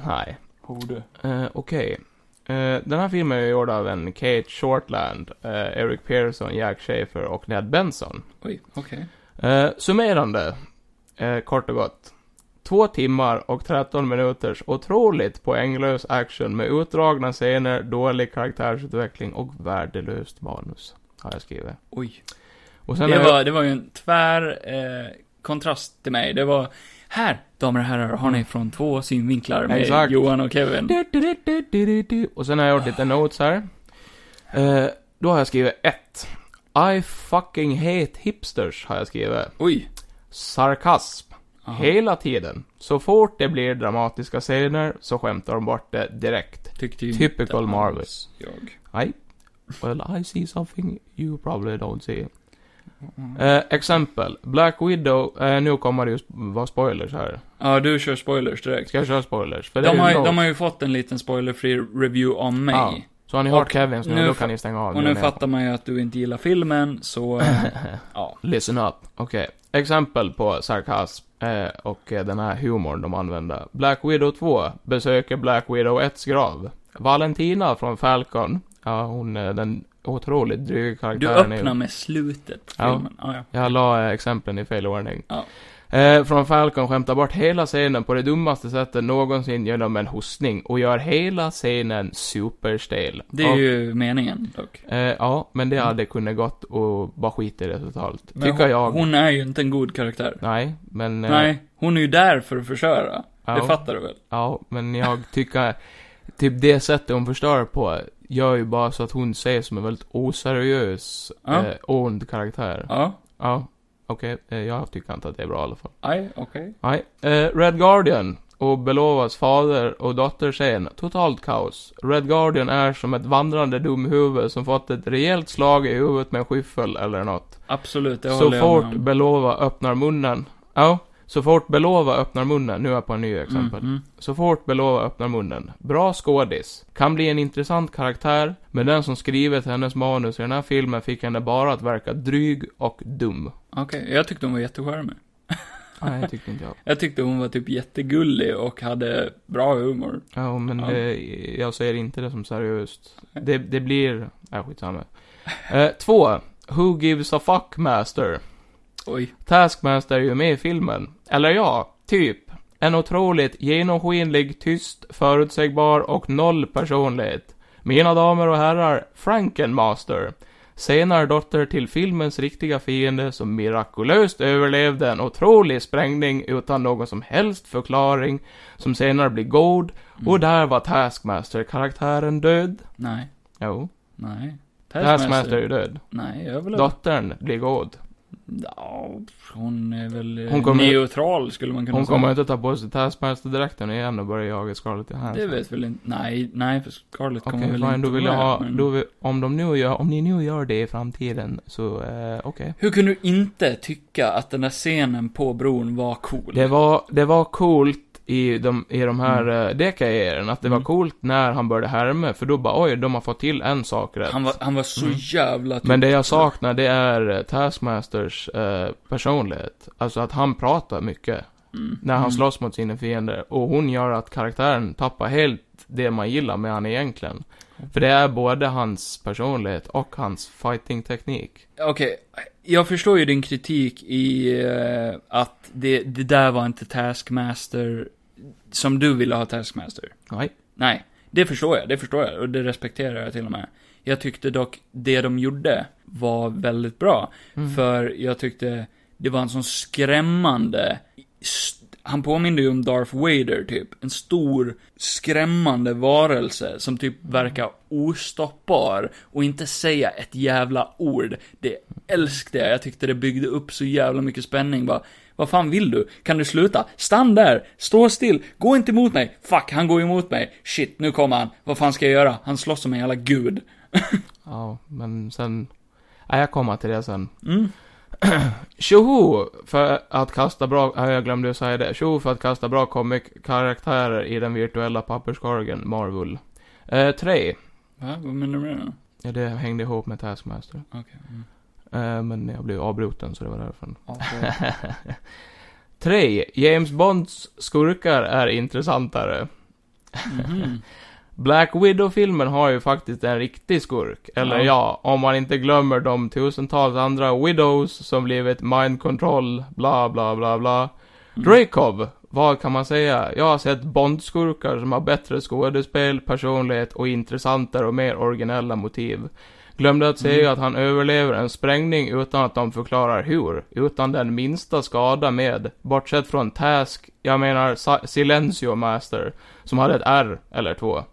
nej.
Horde.
Eh, Okej. Eh, den här filmen är gjord av en Kate Shortland, eh, Eric Pearson, Jack Schaefer och Ned Benson.
Oj, okej.
Eh, summerande, eh, kort och gott. Två timmar och 13 minuters otroligt poänglös action med utdragna scener, dålig karaktärsutveckling och värdelöst manus. Har jag skrivit.
Oj.
Och
Det
har jag-
var, det var ju en tvär eh, kontrast till mig. Det var, här, damer och herrar, har ni från två synvinklar med
Mm. Exakt.
Johan och Kevin.
Du, du, du, du, du, du, du. Och sen har jag gjort lite notes här. Eh, då har jag skrivit ett. I fucking hate hipsters, har jag skrivit.
Oj.
Sarkasm.
Aha.
Hela tiden. Så fort det blir dramatiska scener så skämtar de bort det direkt.
Tyckte ju
Typical
inte alls
Marvel.
Jag.
I, well, I see something you probably don't see.
Mm.
Eh, exempel. Black Widow. eh, nu kommer det ju sp- vara spoilers här.
Ja, du kör spoilers direkt.
Ska jag köra spoilers? För det är
De
ju
har, ju-
notes.
de har ju fått en liten spoilerfri review av mig.
Ja. Så har ni hört
och
Kevins nu,
nu
då
fa-
kan ni stänga av.
Och nu
när jag-
fattar man ju att du inte gillar filmen, så... eh, ja.
Listen up. Okej. Exempel på sarkasm eh, och eh, den här humorn de använder. Black Widow 2 besöker Black Widow 1s grav. Valentina från Falcon. Ja, hon är den otroligt dryga
Du
karaktären. i-
öppnar med slutet på
Ja.
filmen. Ja, ja.
Jag la eh, exemplen i fel ordning.
Ja.
Eh, från Falcon skämtar bort hela scenen på det dummaste sättet någonsin genom en hostning och gör hela scenen superstel.
Det är
Och,
ju meningen, dock.
Eh, ja, men det hade kunnat gått och bara skit i det totalt.
Men
Tycker
hon-
jag.
Hon är ju inte en god karaktär.
Nej, men... eh,
Nej, hon är ju där för att förstöra.
ja.
Det fattar du väl?
Ja, men jag tycker typ det sättet hon förstör på gör ju bara så att hon ses som en väldigt oseriös,
Ja.
eh, ond karaktär. Ja,
Ja.
okej. Eh, jag tycker inte att det är bra i alla fall.
Nej, okej.
Nej. Eh, Red Guardian och Belovas fader och dotterscen. Totalt kaos. Red Guardian är som ett vandrande dumhuvud som fått ett rejält slag i huvudet med en skyffel eller något.
Absolut, det
Så
håller jag
fort
med om.
Belova öppnar munnen. Ja, så fort Belova öppnar munnen. Nu är jag på en ny exempel.
Mm, mm.
Så fort Belova öppnar munnen. Bra skådis. Kan bli en intressant karaktär, men den som skrivit hennes manus i den här filmen fick henne bara att verka dryg och dum.
Okej, jag tyckte hon var jättecharmig.
Nej, det tyckte inte jag.
Jag tyckte hon var typ jättegullig och hade bra humor.
Ja, men
Ja.
Det, jag ser inte det som seriöst. Det, det blir... Nej, skitsamma. Eh, två. Who gives a fuck master?
Oj.
Taskmaster är ju med i filmen. Eller ja, typ. En otroligt genomskinlig, tyst, förutsägbar och noll personlighet. Mina damer och herrar, Frankenmaster. Senare dotter till filmens riktiga fiende som mirakulöst överlevde en otrolig sprängning utan någon som helst förklaring, som senare blir god,
Mm.
och där var Taskmaster-karaktären död.
Nej.
Jo,
Nej.
Taskmaster är ju död.
Nej, jag vill
Dottern blir god.
Ja, hon är väl eh,
Hon kommer-
neutral skulle man kunna
Hon
säga.
kommer inte ta på sig Taskmaster-dräkten igen och börja jaga Scarlett Johansson.
Det vet väl inte. Nej, nej, för Scarlett
Alltså. Okej,
kommer väl
fine,
inte
då vill jag
med,
ha,
men-
då vill, om de nu gör, om ni nu gör det i framtiden, så, eh, okej.
Hur kunde du inte tycka att den där scenen på bron var cool?
Det var, det var coolt i de, i de här
Mm.
mm. dekajeren, att det var
Mm.
coolt när han började härma, för då bara oj, de har fått till en sak rätt.
han, var, han var så
Mm.
jävla typ,
Men det jag saknar, det är eh, Taskmasters eh, personlighet. Alltså att han pratar mycket
Mm.
när han
Mm.
slåss mot sina fiender. Och hon gör att karaktären tappar helt det man gillar med han egentligen. För det är både hans personlighet och hans fighting-teknik.
Okej, jag förstår ju din kritik i eh, att det, det där var inte Taskmaster som du ville ha Taskmaster.
Nej.
Nej, det förstår jag, det förstår jag och det respekterar jag till och med. Jag tyckte dock det de gjorde var väldigt bra. För jag tyckte det var en sån skrämmande... st- Han påminner ju om Darth Vader, typ. En stor, skrämmande varelse som typ verkar ostoppbar och inte säga ett jävla ord. Det älskade jag. Jag tyckte det byggde upp så jävla mycket spänning. Bara, vad fan vill du? Kan du sluta? Stann där! Stå still! Gå inte emot mig! Fuck, han går emot mig! Shit, nu kommer han! Vad fan ska jag göra? Han slåss som en jävla gud.
Ja, men sen... Nej, jag kommer till det sen.
Mm.
Tjoho! För att kasta bra... Ja, jag glömde ju säga det. Tjoho för att kasta bra comic-karaktärer i den virtuella papperskorgen Marvel. Eh, tre.
Va? Vad menar du med det?
Ja, det hängde ihop med Taskmaster.
Okej. Mm.
Eh, men jag blev avbruten, så det var därför.
Ja, så-
tre. James Bonds skurkar är intressantare.
Mhm.
Black Widow-filmen har ju faktiskt en riktig skurk. Eller
Ja.
ja, om man inte glömmer de tusentals andra widows som blivit mind control, bla bla bla bla.
Mm.
Dracov, vad kan man säga? Jag har sett Bond-skurkar som har bättre skådespel, personlighet och intressantare och mer originella motiv. Glömde att säga
Mm.
att han överlever en sprängning utan att de förklarar hur. Utan den minsta skada med, bortsett från Task, jag menar Sa- Silencio Master, som hade ett R eller två.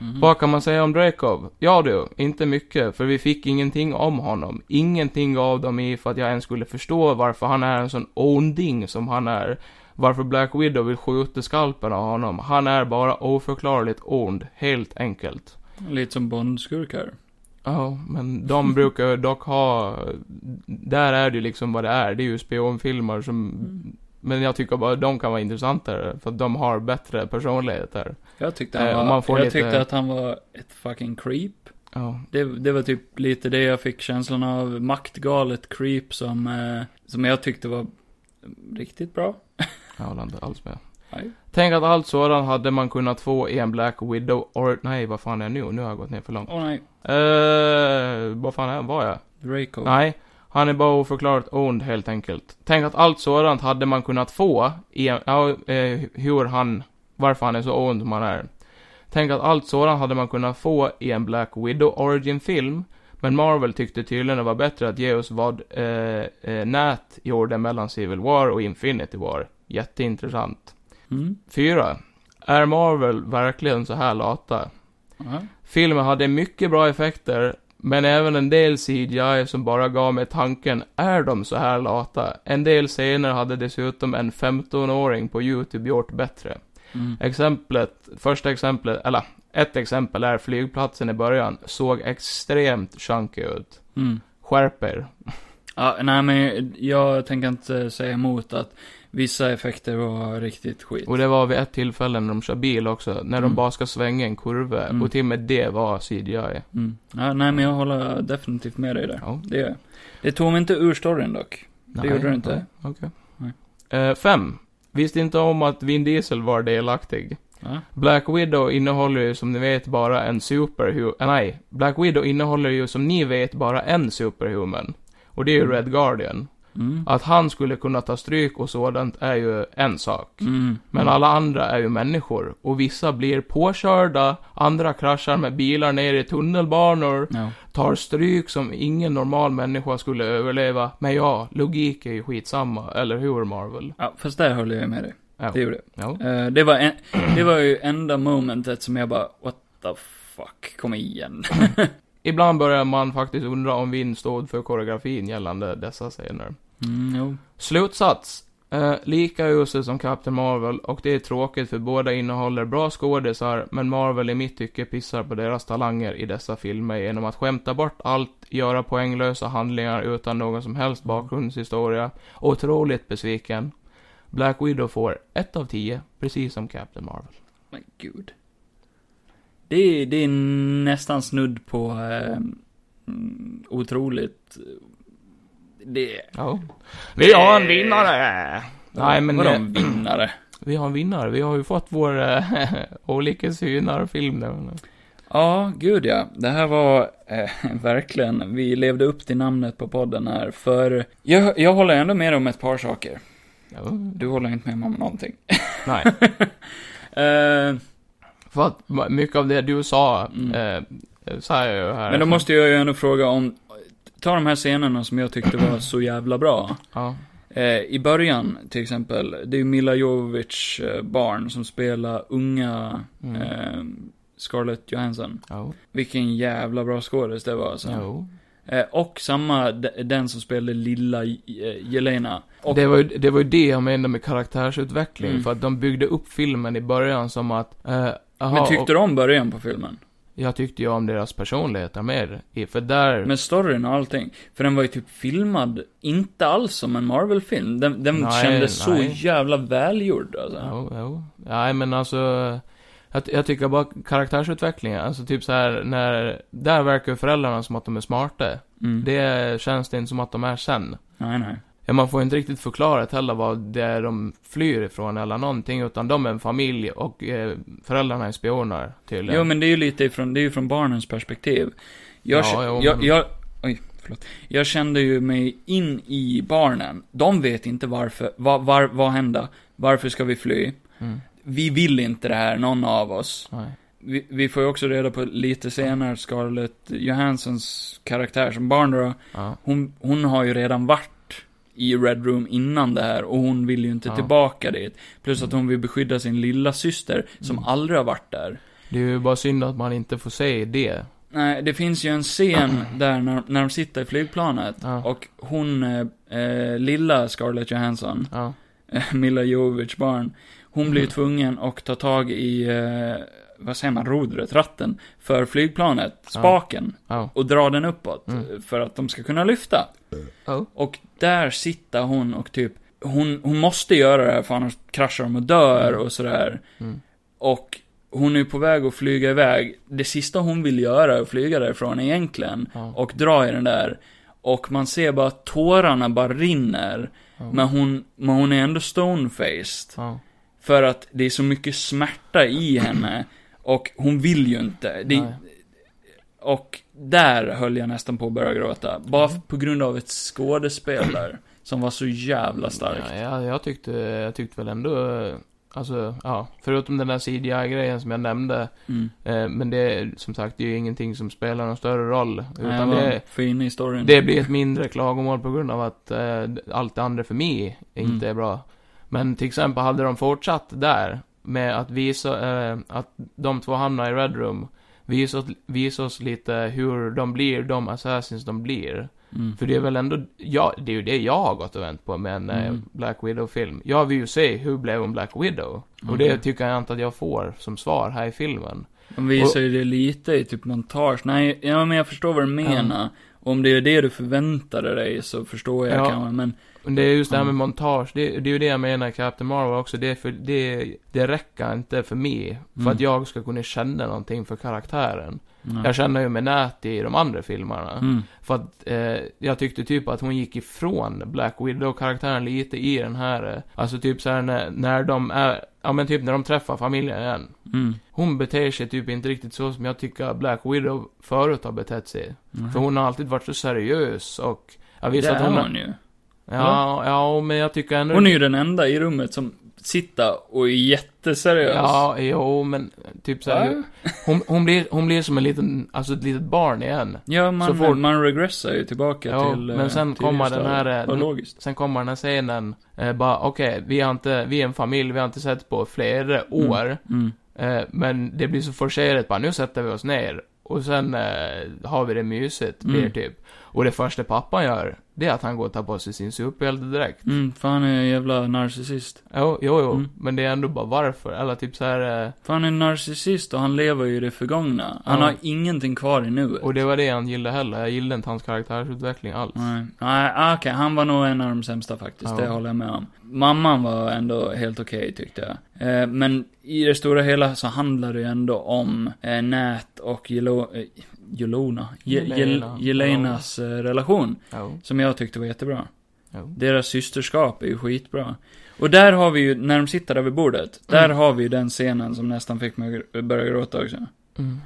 Mhm.
Vad kan man säga om Dracov? Ja du, inte mycket, för vi fick ingenting om honom. Ingenting gav dem i för att jag ens skulle förstå varför han är en sån onding som han är. Varför Black Widow vill skjuta skalpen av honom. Han är bara oförklarligt ond, helt enkelt.
Mm. Lite som Bond-skurkar.
Ja, men de brukar ju dock ha... Där är det ju liksom vad det är. Det är ju spionfilmer som...
Mm.
Men jag tycker bara de kan vara intressantare, för att de har bättre personligheter.
Jag tyckte, han
Eh,
var,
man får
jag
lite-
tyckte att han var ett fucking creep.
Ja.
Det, det var typ lite det jag fick känslan av. Maktgalet creep som, eh, som jag tyckte var riktigt bra.
Jag håller inte alls med.
Nej.
Tänk att allt sådant hade man kunnat få i en Black Widow, or nej vad fan är jag nu? Nu har jag gått ner för långt.
Åh nej,
Eh, vad fan är, var jag?
Draco.
Nej, han är bara oförklarat ond helt enkelt. Tänk att allt sådant hade man kunnat få i en, ja, eh, hur han, varför han är så ond som han är. Tänk att allt sådant hade man kunnat få i en Black Widow Origin-film. Men Marvel tyckte tydligen det var bättre att ge oss vad eh, eh, Nat gjorde mellan Civil War och Infinity War. Jätteintressant.
Mm.
4. Är Marvel verkligen så här lata?
Aha.
Filmen hade mycket bra effekter, men även en del CGI som bara gav mig tanken, är de så här lata? En del scener hade dessutom en 15-åring på YouTube gjort bättre.
Mm.
Exemplet, första exemplet, eller ett exempel är flygplatsen i början, såg extremt chunky ut.
Mm.
Skärp er.
Ja, nej men jag tänker inte säga emot att vissa effekter var riktigt skit.
Och det var vid ett tillfälle när de kör bil också, när
Mm.
de bara ska svänga en kurva,
Mm.
och till och med det var CGI.
Mm. Ja, nej men jag håller definitivt med dig där.
Ja.
Det gör jag. Det tog mig inte ur storyn dock. Det gjorde det inte.
nej, Okej.
Nej.
Eh, fem. Visste inte om att Vin Diesel var delaktig.
Ja.
Black Widow innehåller ju som ni vet bara en superhuman, nej, Black Widow innehåller ju som ni vet bara en superhuman. Och det är ju
Mm.
Red Guardian.
Mm.
Att han skulle kunna ta stryk och sådant är ju en sak.
Mm.
Men alla andra är ju människor. Och vissa blir påkörda, andra kraschar med bilar ner i tunnelbanor,
Ja.
tar stryk som ingen normal människa skulle överleva. Men ja, logik är ju skitsamma, eller hur Marvel?
ja, fast där håller jag med dig.
Ja.
Det gjorde jag.
Ja.
Eh, det, var en, det var ju enda momentet som jag bara, what the fuck, kom igen.
Ibland börjar man faktiskt undra om Vin stod för koreografin gällande dessa scener.
Mm, jo.
Slutsats. Eh, lika usel som Captain Marvel och det är tråkigt för båda innehåller bra skådisar men Marvel i mitt tycke pissar på deras talanger i dessa filmer genom att skämta bort allt, göra poänglösa handlingar utan någon som helst bakgrundshistoria. Otroligt besviken. Black Widow får 1 av 10, precis som Captain Marvel.
Men gud. Det är, det är nästan snudd på eh, mm, otroligt. Det är...
Ja. Vi har en vinnare! Eh. Nej men...
Vadå
eh,
en vinnare?
Vi har en vinnare. Vi har ju fått vår eh, olika synar film nu.
Ja, gud ja. Det här var eh, verkligen, vi levde upp till namnet på podden här. För jag, jag håller ändå med om ett par saker.
Ja,
Du håller inte med om någonting.
nej.
Eh,
För att ma- mycket av det du sa,
Mm.
eh, sa jag ju här.
men då måste jag ju ändå fråga om, ta de här scenerna som jag tyckte var så jävla bra.
Ja.
Eh, I början, till exempel, det är ju Mila Jovovich eh, barn som spelar unga
Mm.
eh, Scarlett Johansson.
Jo.
Vilken jävla bra skådis det var alltså.
Jo.
Eh, och samma, de- den som spelade lilla eh, Jelena. Och,
Det var, ju, det var ju det jag menade med karaktärsutveckling,
Mm.
för att de byggde upp filmen i början som att... Eh, aha,
men tyckte
och,
du om början på filmen?
Jag tyckte ju om deras personligheter mer, i- för där...
Med storyn och allting. För den var ju typ filmad, inte alls som en Marvel-film. Den, den
Nej,
kändes
nej.
så jävla välgjord alltså.
Jo, jo. Nej, men alltså... Jag, jag tycker bara karaktärsutvecklingen, alltså typ så här när... Där verkar ju föräldrarna som att de är smarta.
Mm.
Det känns det inte som att de är sen.
Nej, nej.
Ja, man får inte riktigt förklarat heller vad det är de flyr ifrån eller någonting, utan de är en familj och eh, föräldrarna är spioner tydligen.
Jo, men det är ju lite ifrån, det är ju från barnens perspektiv. Jag,
Ja, jo,
ja, jag,
men-
jag, oj, förlåt. Jag kände ju mig in i barnen. De vet inte varför, vad, var, vad hände? Varför ska vi fly?
Mm.
Vi vill inte det här, någon av oss.
Nej.
Vi, vi får ju också reda på lite senare Scarlett Johanssons karaktär som barn då.
Ja.
Hon, hon har ju redan varit i Red Room innan det här och hon vill ju inte
Ja.
tillbaka dit. Plus att hon vill beskydda sin lilla syster som
Mm.
aldrig har varit där.
Det är ju bara synd att man inte får se det.
Nej, det finns ju en scen där när, när de sitter i flygplanet.
Ja.
Och hon, eh, eh, lilla Scarlett Johansson,
Ja.
eh, Milla Jovovichs barn, hon
Mm.
blir ju tvungen att ta tag i, eh, vad säger man, rodret, ratten, för flygplanet,
Ja.
spaken,
Ja.
och dra den uppåt.
Mm.
eh, För att de ska kunna lyfta.
Ja.
Och där sitter hon och typ, hon, hon måste göra det här för annars kraschar de och dör och sådär.
Mm.
Och hon är ju på väg att flyga iväg. Det sista hon vill göra är att flyga därifrån egentligen.
Ja.
Och dra i den där. Och man ser bara att tårarna bara rinner.
Ja.
Men hon, men hon är ändå stone-faced.
Ja.
För att det är så mycket smärta i henne. Och hon vill ju inte.
Nej.
Det, och där höll jag nästan på att börja gråta. Bara f- på grund av ett skådespel där. Som var så jävla starkt.
Ja, jag, jag, tyckte, jag tyckte väl ändå, eh, alltså, ja, förutom den där CGI-grejen som jag nämnde,
Mm.
eh, men det, är, som sagt, det är ju ingenting som spelar någon större roll.
Nej, jag
Utan
var
det,
för inne i historien.
det blir ett mindre klagomål på grund av att eh, allt det andra för mig inte
Mm.
är bra. Men till exempel hade de fortsatt där med att visa eh, att de två hamnar i Red Room. Visa, åt- visa oss lite hur de blir, de assassins de blir.
Mm.
För det är väl ändå, ja, det är ju det jag har gått och vänt på med en eh,
Mm.
Black Widow-film. Jag vill ju se, hur blev hon Black Widow? Och det
Okej.
tycker jag inte att jag får som svar här i filmen.
De visar ju det lite i typ montage. Nej, ja, men jag förstår vad du menar. Och om det är det du förväntade dig så förstår jag
Ja.
kanske, men...
Men det är just det här med
Mm.
montage, det, det är ju det jag menar i Captain Marvel också, det, är för, det, det räcker inte för mig, för
Mm.
att jag ska kunna känna någonting för karaktären.
Ja.
Jag känner ju med nät i de andra filmerna.
Mm.
För att eh, jag tyckte typ att hon gick ifrån Black Widow-karaktären lite i den här, eh, alltså typ såhär när, när de är, ja men typ när de träffar familjen igen.
Mm.
Hon beter sig typ inte riktigt så som jag tycker Black Widow förut har betett sig. För hon har alltid varit så seriös och, jag
det
visste att hon,
är hon ju.
Ja, ja, men jag tycker ändå...
Hon är ju den enda i rummet som sitter och är jätteseriös.
Ja, jo, men typ såhär,
Va?
hon, hon, blir, hon blir som en liten, alltså ett litet barn igen.
Ja,
Så
man,
fort-
man regressar ju tillbaka
Ja,
till... eh,
men sen
tidigare
kommer den här,
stadier.
eh,
Vad
den-
logiskt.
Sen kommer den här scenen, eh, bara okej, vi har inte, vi är en familj, vi har inte sett på flera år.
Mm.
Eh, men det blir så forcerat bara, nu sätter vi oss ner. Och sen eh, har vi det mysigt, blir
Mm.
det typ. Och det första pappan gör, det är att han går och tar på sig sin superhjältedräkt.
Mm, för han är en jävla narcissist.
Jo, jo, jo.
Mm.
Men det är ändå bara varför, eller typ så här. Eh,
För han är en narcissist och han lever ju i det förgångna. Han
Ja.
har ingenting kvar i nuet.
Och det var det jag inte gillade heller. Jag gillade inte hans karaktärsutveckling alls.
Nej, nej ah, okej, han var nog en av de sämsta faktiskt,
Ja.
det håller jag med om. Mamman var ändå helt okej tyckte jag. Eh, men i det stora hela så handlar det ju ändå om eh, Nät och Jelo, eh, Jelona, Je, Jel,
Jelena.
Jelenas eh, relation,
Ja.
som jag tyckte var jättebra.
Ja.
Deras systerskap är ju skitbra. Och där har vi ju, när de sitter där vid bordet, där
Mm.
har vi ju den scenen som nästan fick mig att börja gråta också.
Mm.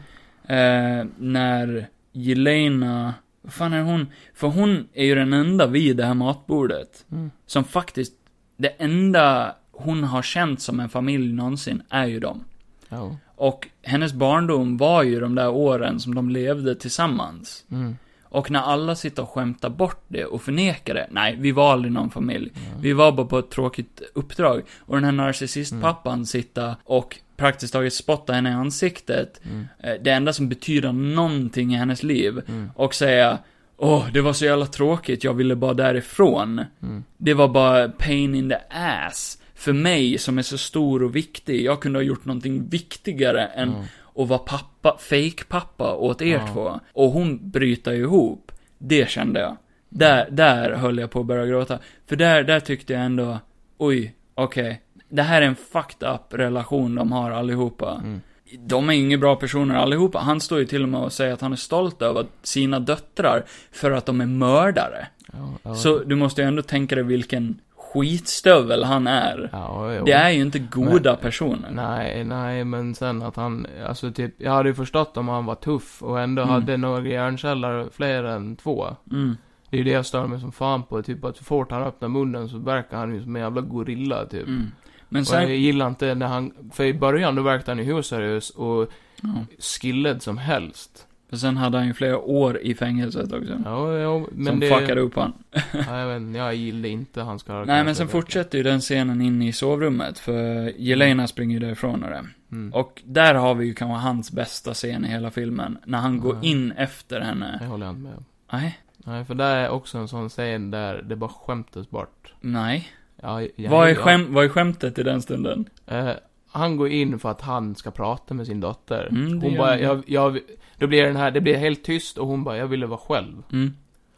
Eh, när Jelena, vad fan är hon? För hon är ju den enda vid det här matbordet
Mm.
som faktiskt, det enda hon har känt som en familj någonsin är ju dem.
Ja.
Och hennes barndom var ju de där åren som de levde tillsammans.
Mm.
Och när alla sitter och skämtar bort det och förnekar det, nej, vi var aldrig någon familj.
mm,
Vi var bara på ett tråkigt uppdrag. Och den här narcissistpappan sitta och praktiskt taget spotta henne i ansiktet
Mm.
eh, det enda som betyder någonting i hennes liv
Mm.
och säga Åh, det var så jävla tråkigt, jag ville bara därifrån.
Mm.
Det var bara pain in the ass. För mig som är så stor och viktig, jag kunde ha gjort någonting viktigare än
Mm.
att vara pappa, fake pappa åt er
Ja.
två. Och hon bryter ihop. Det kände jag. Där, där höll jag på att börja gråta. För där, där tyckte jag ändå, oj, okej. Det här är en fucked up relation de har allihopa.
Mm.
de är ju inga bra personer allihopa. Han står ju till och med och säger att han är stolt över sina döttrar för att de är mördare.
Ja, ja.
Så du måste ju ändå tänka dig vilken skitstövel han är.
Ja, jo.
Det är ju inte goda personer.
Nej, nej, men sen att han, alltså typ, jag hade ju förstått om han var tuff och ändå
Mm.
hade några hjärnceller fler än två.
Mm.
Det är ju det jag stör mig som fan på, typ att så fort han öppnar munnen så verkar han ju som en jävla gorilla typ.
Mm. Men
Och jag
sen...
gillar inte när han, för i början då verkade han ju hur seriös och
Ja.
skilled som helst.
För sen hade han ju flera år i fängelset också.
Ja, ja men
som
det...
fuckade upp han.
Ja, jag, vet, inte, jag gillade inte hans karaktär.
Nej, men sen fortsätter ju den scenen in i sovrummet, för Jelena springer ju därifrån och det.
Mm.
Och där har vi ju kanske hans bästa scen i hela filmen, när han går
Ja.
in efter henne.
Det håller jag inte med om.
Nej,
Nej, för där är också en sån scen där det bara skämtas bort.
nej.
Ja, jag-
Vad är,
jag-
skäm, vad är skämtet i den stunden?
Eh, han går in för att han ska prata med sin dotter.
Mm, det
hon
gör
bara,
han.
jag, jag, då blir den här, det blir helt tyst och hon bara, jag ville vara själv.
Mm.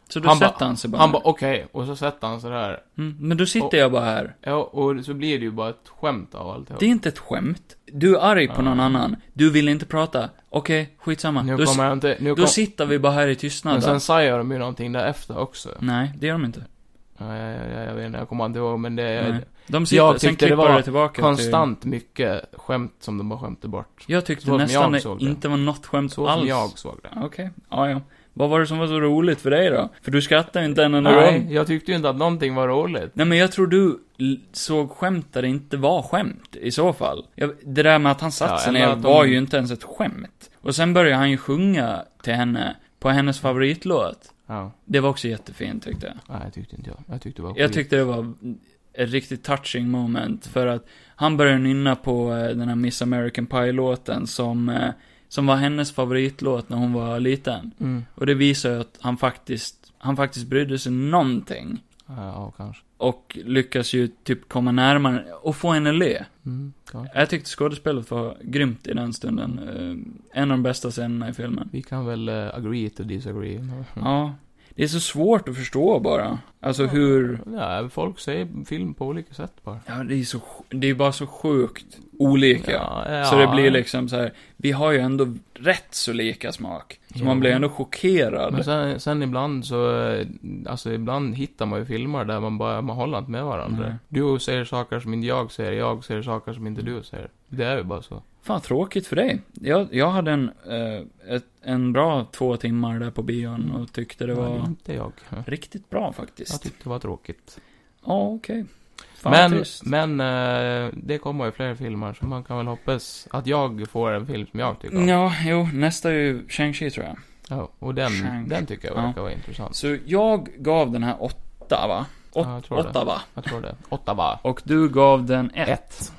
Så då
Han
sätter
bara-
han sig bara.
Han bara, okej, och så sätter han sig där.
mm. Men då sitter jag bara här.
Ja, och så blir det ju bara ett skämt av alltihop.
Det är inte ett skämt. Du är arg på
Ja.
någon annan. Du vill inte prata. Okej, skitsamma.
Ah. Nu
Då, s-
kommer jag inte, nu
då
kom,
sitter vi bara här i
Men
tystnad.
sen säger de ju någonting därefter också.
Nej, det gör de inte.
Ja, jag, jag, jag, jag vet inte, jag kommer inte ihåg, men det
Nej.
är
De sitter,
jag
sen
tyckte det
klipper
var
det tillbaka
konstant mycket skämt som de bara skämtar bort.
Till, jag tyckte
så som
nästan
jag
det
såg det.
inte var något skämt
Så
alls.
som jag såg det.
Okej, ja, ja. Vad var det som var så roligt för dig då? För du skrattade ju inte en enda
Nej,
gång.
jag tyckte ju inte att någonting var roligt.
Nej, men jag tror du l- såg skämt där det inte var skämt, i så fall. Jag, det där med att han satt
Ja,
sig
eller
ner
att de-
var ju inte ens ett skämt. Och sen började han ju sjunga till henne, på hennes favoritlåt.
Ja,
Det var också jättefint, tyckte jag.
nej, jag tyckte inte jag. Jag tyckte det var
Jag
skit.
tyckte det var ett riktigt touching moment, för att han började nynna på eh, den här Miss American Pie-låten som, eh, som var hennes favoritlåt när hon var liten.
Mm.
Och det visar ju att han faktiskt, han faktiskt brydde sig någonting.
Ja, ja, kanske.
Och lyckas ju typ komma närmare och få henne le.
Mm, kanske.
Jag tyckte skådespelet var grymt i den stunden. Eh, En av de bästa scenerna i filmen.
Vi kan väl eh, agree to disagree. Mm.
Ja. Det är så svårt att förstå bara. Alltså hur...
Ja, folk ser film på olika sätt bara.
Ja, det är så... sj- Det är bara så sjukt olika.
Ja,
Så
ja.
det blir liksom så här. vi har ju ändå rätt så lika smak. Så man
Jo.
blir ändå chockerad.
Men sen, sen ibland så, eh, alltså ibland hittar man ju filmer där man bara, man håller inte med varandra.
Nej.
Du säger saker som inte jag säger, jag säger saker som inte du säger. Det är ju bara så.
Fan, tråkigt för dig. Jag, jag hade en, eh, ett, en bra två timmar där på bion och tyckte det
Nej,
var
inte jag.
riktigt bra
Jag
faktiskt.
tyckte det var tråkigt.
Ja, okej. Fan, men,
men,
trist.
men eh, det kommer ju fler filmer, så man kan väl hoppas att jag får en film som jag tycker om.
Ja, jo, nästa är ju Shang-Chi tror jag.
Ja, och den,
Shank.
den tycker jag
Ja.
verkar vara intressant.
Så jag gav den här åtta, va? Åt,
Ja, jag tror det.
åtta, va?
Jag tror det. Ottawa.
Och du gav den ett.
Ett.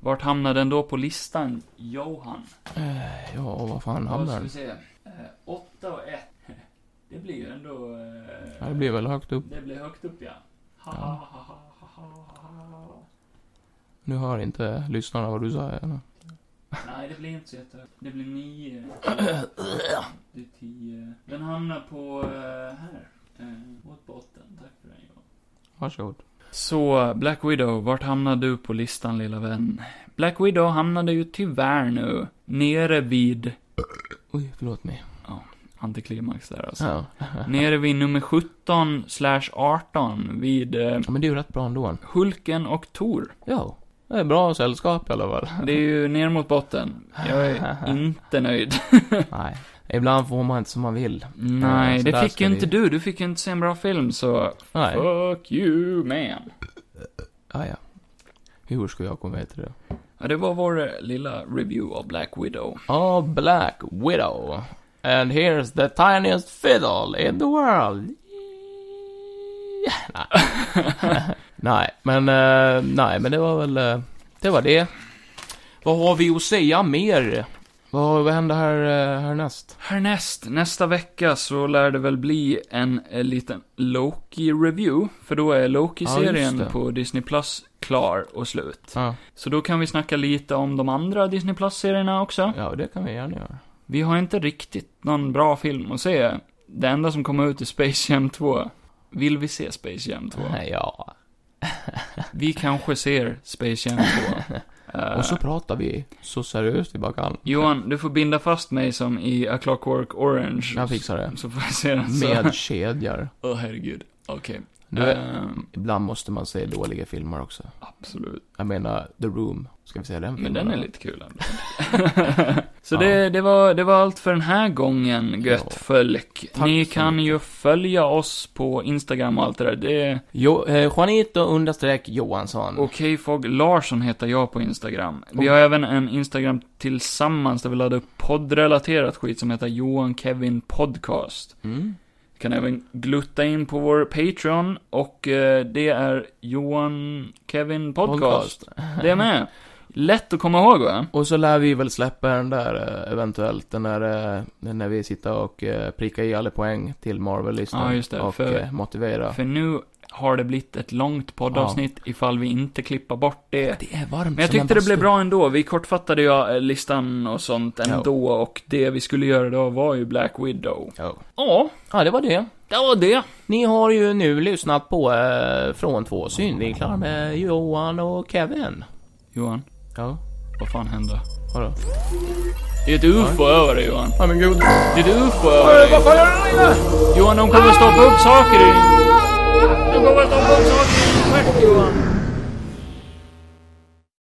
Vart hamnade den då på listan, Johan?
Eh, Ja, och vad fan
Då
hamnar
ska
den?
vi se. Eh, åtta och ett. Det blir ju ändå... Eh,
Ja, det blir väl högt upp.
det blir högt upp, ja. Ha,
Ja.
ha, ha, ha, ha, ha, ha.
Nu hör inte lyssnarna vad du sa. Anna.
Nej, det blir inte så jättehögt. Det blir nio. Det är tio. Den hamnar på eh, här. Eh, åt botten. Tack för den Johan.
Varsågod.
Så, Black Widow, vart hamnade du på listan lilla vän? Black Widow hamnade ju tyvärr nu nere vid
Oj, förlåt mig.
antiklimax där alltså.
Ja.
Nere vid nummer 17 slash 18 vid eh,
Ja, men det är ju rätt bra ändå.
Hulken och Tor.
Ja. Det är bra sällskap i alla fall.
Det är ju ner mot botten. Jag är inte nöjd.
Nej. Ibland får man inte som man vill.
Nej,
så
det
där
fick
ska
ju
vi-
inte du. Du fick ju inte se en bra film, så
Nej.
Fuck you man.
Ja, ja. Hur ska jag komma till det?
Ja, det var vår eh, lilla review av Black Widow.
Oh, Black Widow. And here's the tiniest fiddle in the world. Nej. nej, men, eh, nej, men det var väl, eh, det var det. Vad har vi att säga mer? Vad, vad händer här, eh, härnäst?
Härnäst, nästa vecka, så lär det väl bli en, eh, liten Loki-review. För då är
Ja,
Loki-serien
just det.
på Disney Plus klar och slut.
Ja,
Så då kan vi snacka lite om de andra Disney Plus-serierna också.
ja, det kan vi gärna göra.
Vi har inte riktigt någon bra film att se. Det enda som kommer ut är Space Jam 2. Vill vi se Space Jam 2?
Ja,
Vi kanske ser Space Jam 2. Eh,
Och så pratar vi så seriöst vi bara kan.
Johan, du får binda fast mig som i A Clockwork Orange.
Jag fixar det.
Så får jag se den så.
Med kedjor.
Åh herregud. Okej.
Du vet-
Ehm,
Ibland måste man se dåliga filmer också.
absolut.
Jag menar, The Room. Ska vi se den
Men
filmen?
den är
då?
lite kul ändå. så
Ja.
det, det, var, det var allt för den här gången, gött
Ja.
folk.
Tack
Ni
så
kan
mycket.
ju följa oss på Instagram och allt det där. Det är
Jo, eh, Juanito understreck Johansson.
okejfog Larsson heter jag på Instagram. Vi har även en Instagram tillsammans där vi laddar upp poddrelaterat skit som heter Johan Kevin Podcast.
Mm.
Kan även glutta in på vår Patreon och eh, det är Johan Kevin Podcast. Det är med. Lätt att komma ihåg va?
Och så lär vi väl släppa den där eh, eventuellt, den där eh, den när vi sitter och eh, prickar i alla poäng till Marvel-listan.
Ja, just det,
Och
för-
eh, motivera.
För nu har det blivit ett långt poddavsnitt ifall vi inte klippar bort det.
Det är varmt
Men jag tyckte det blev bra ändå. Vi kortfattade ju eh, listan och sånt
Ja.
ändå och det vi skulle göra då var ju Black Widow.
Ja.
Ja,
ja, det var det.
det var det.
Ni har ju nu lyssnat på eh, Från två synvinklar med Johan och Kevin.
Johan,
Ja,
vad fan hände?
vadå?
Det är ett ufo över dig Johan.
Ja men gud.
Det är ett ufo över dig.
Vad fan gör du där inne?
Johan, de kommer stoppa upp saker i din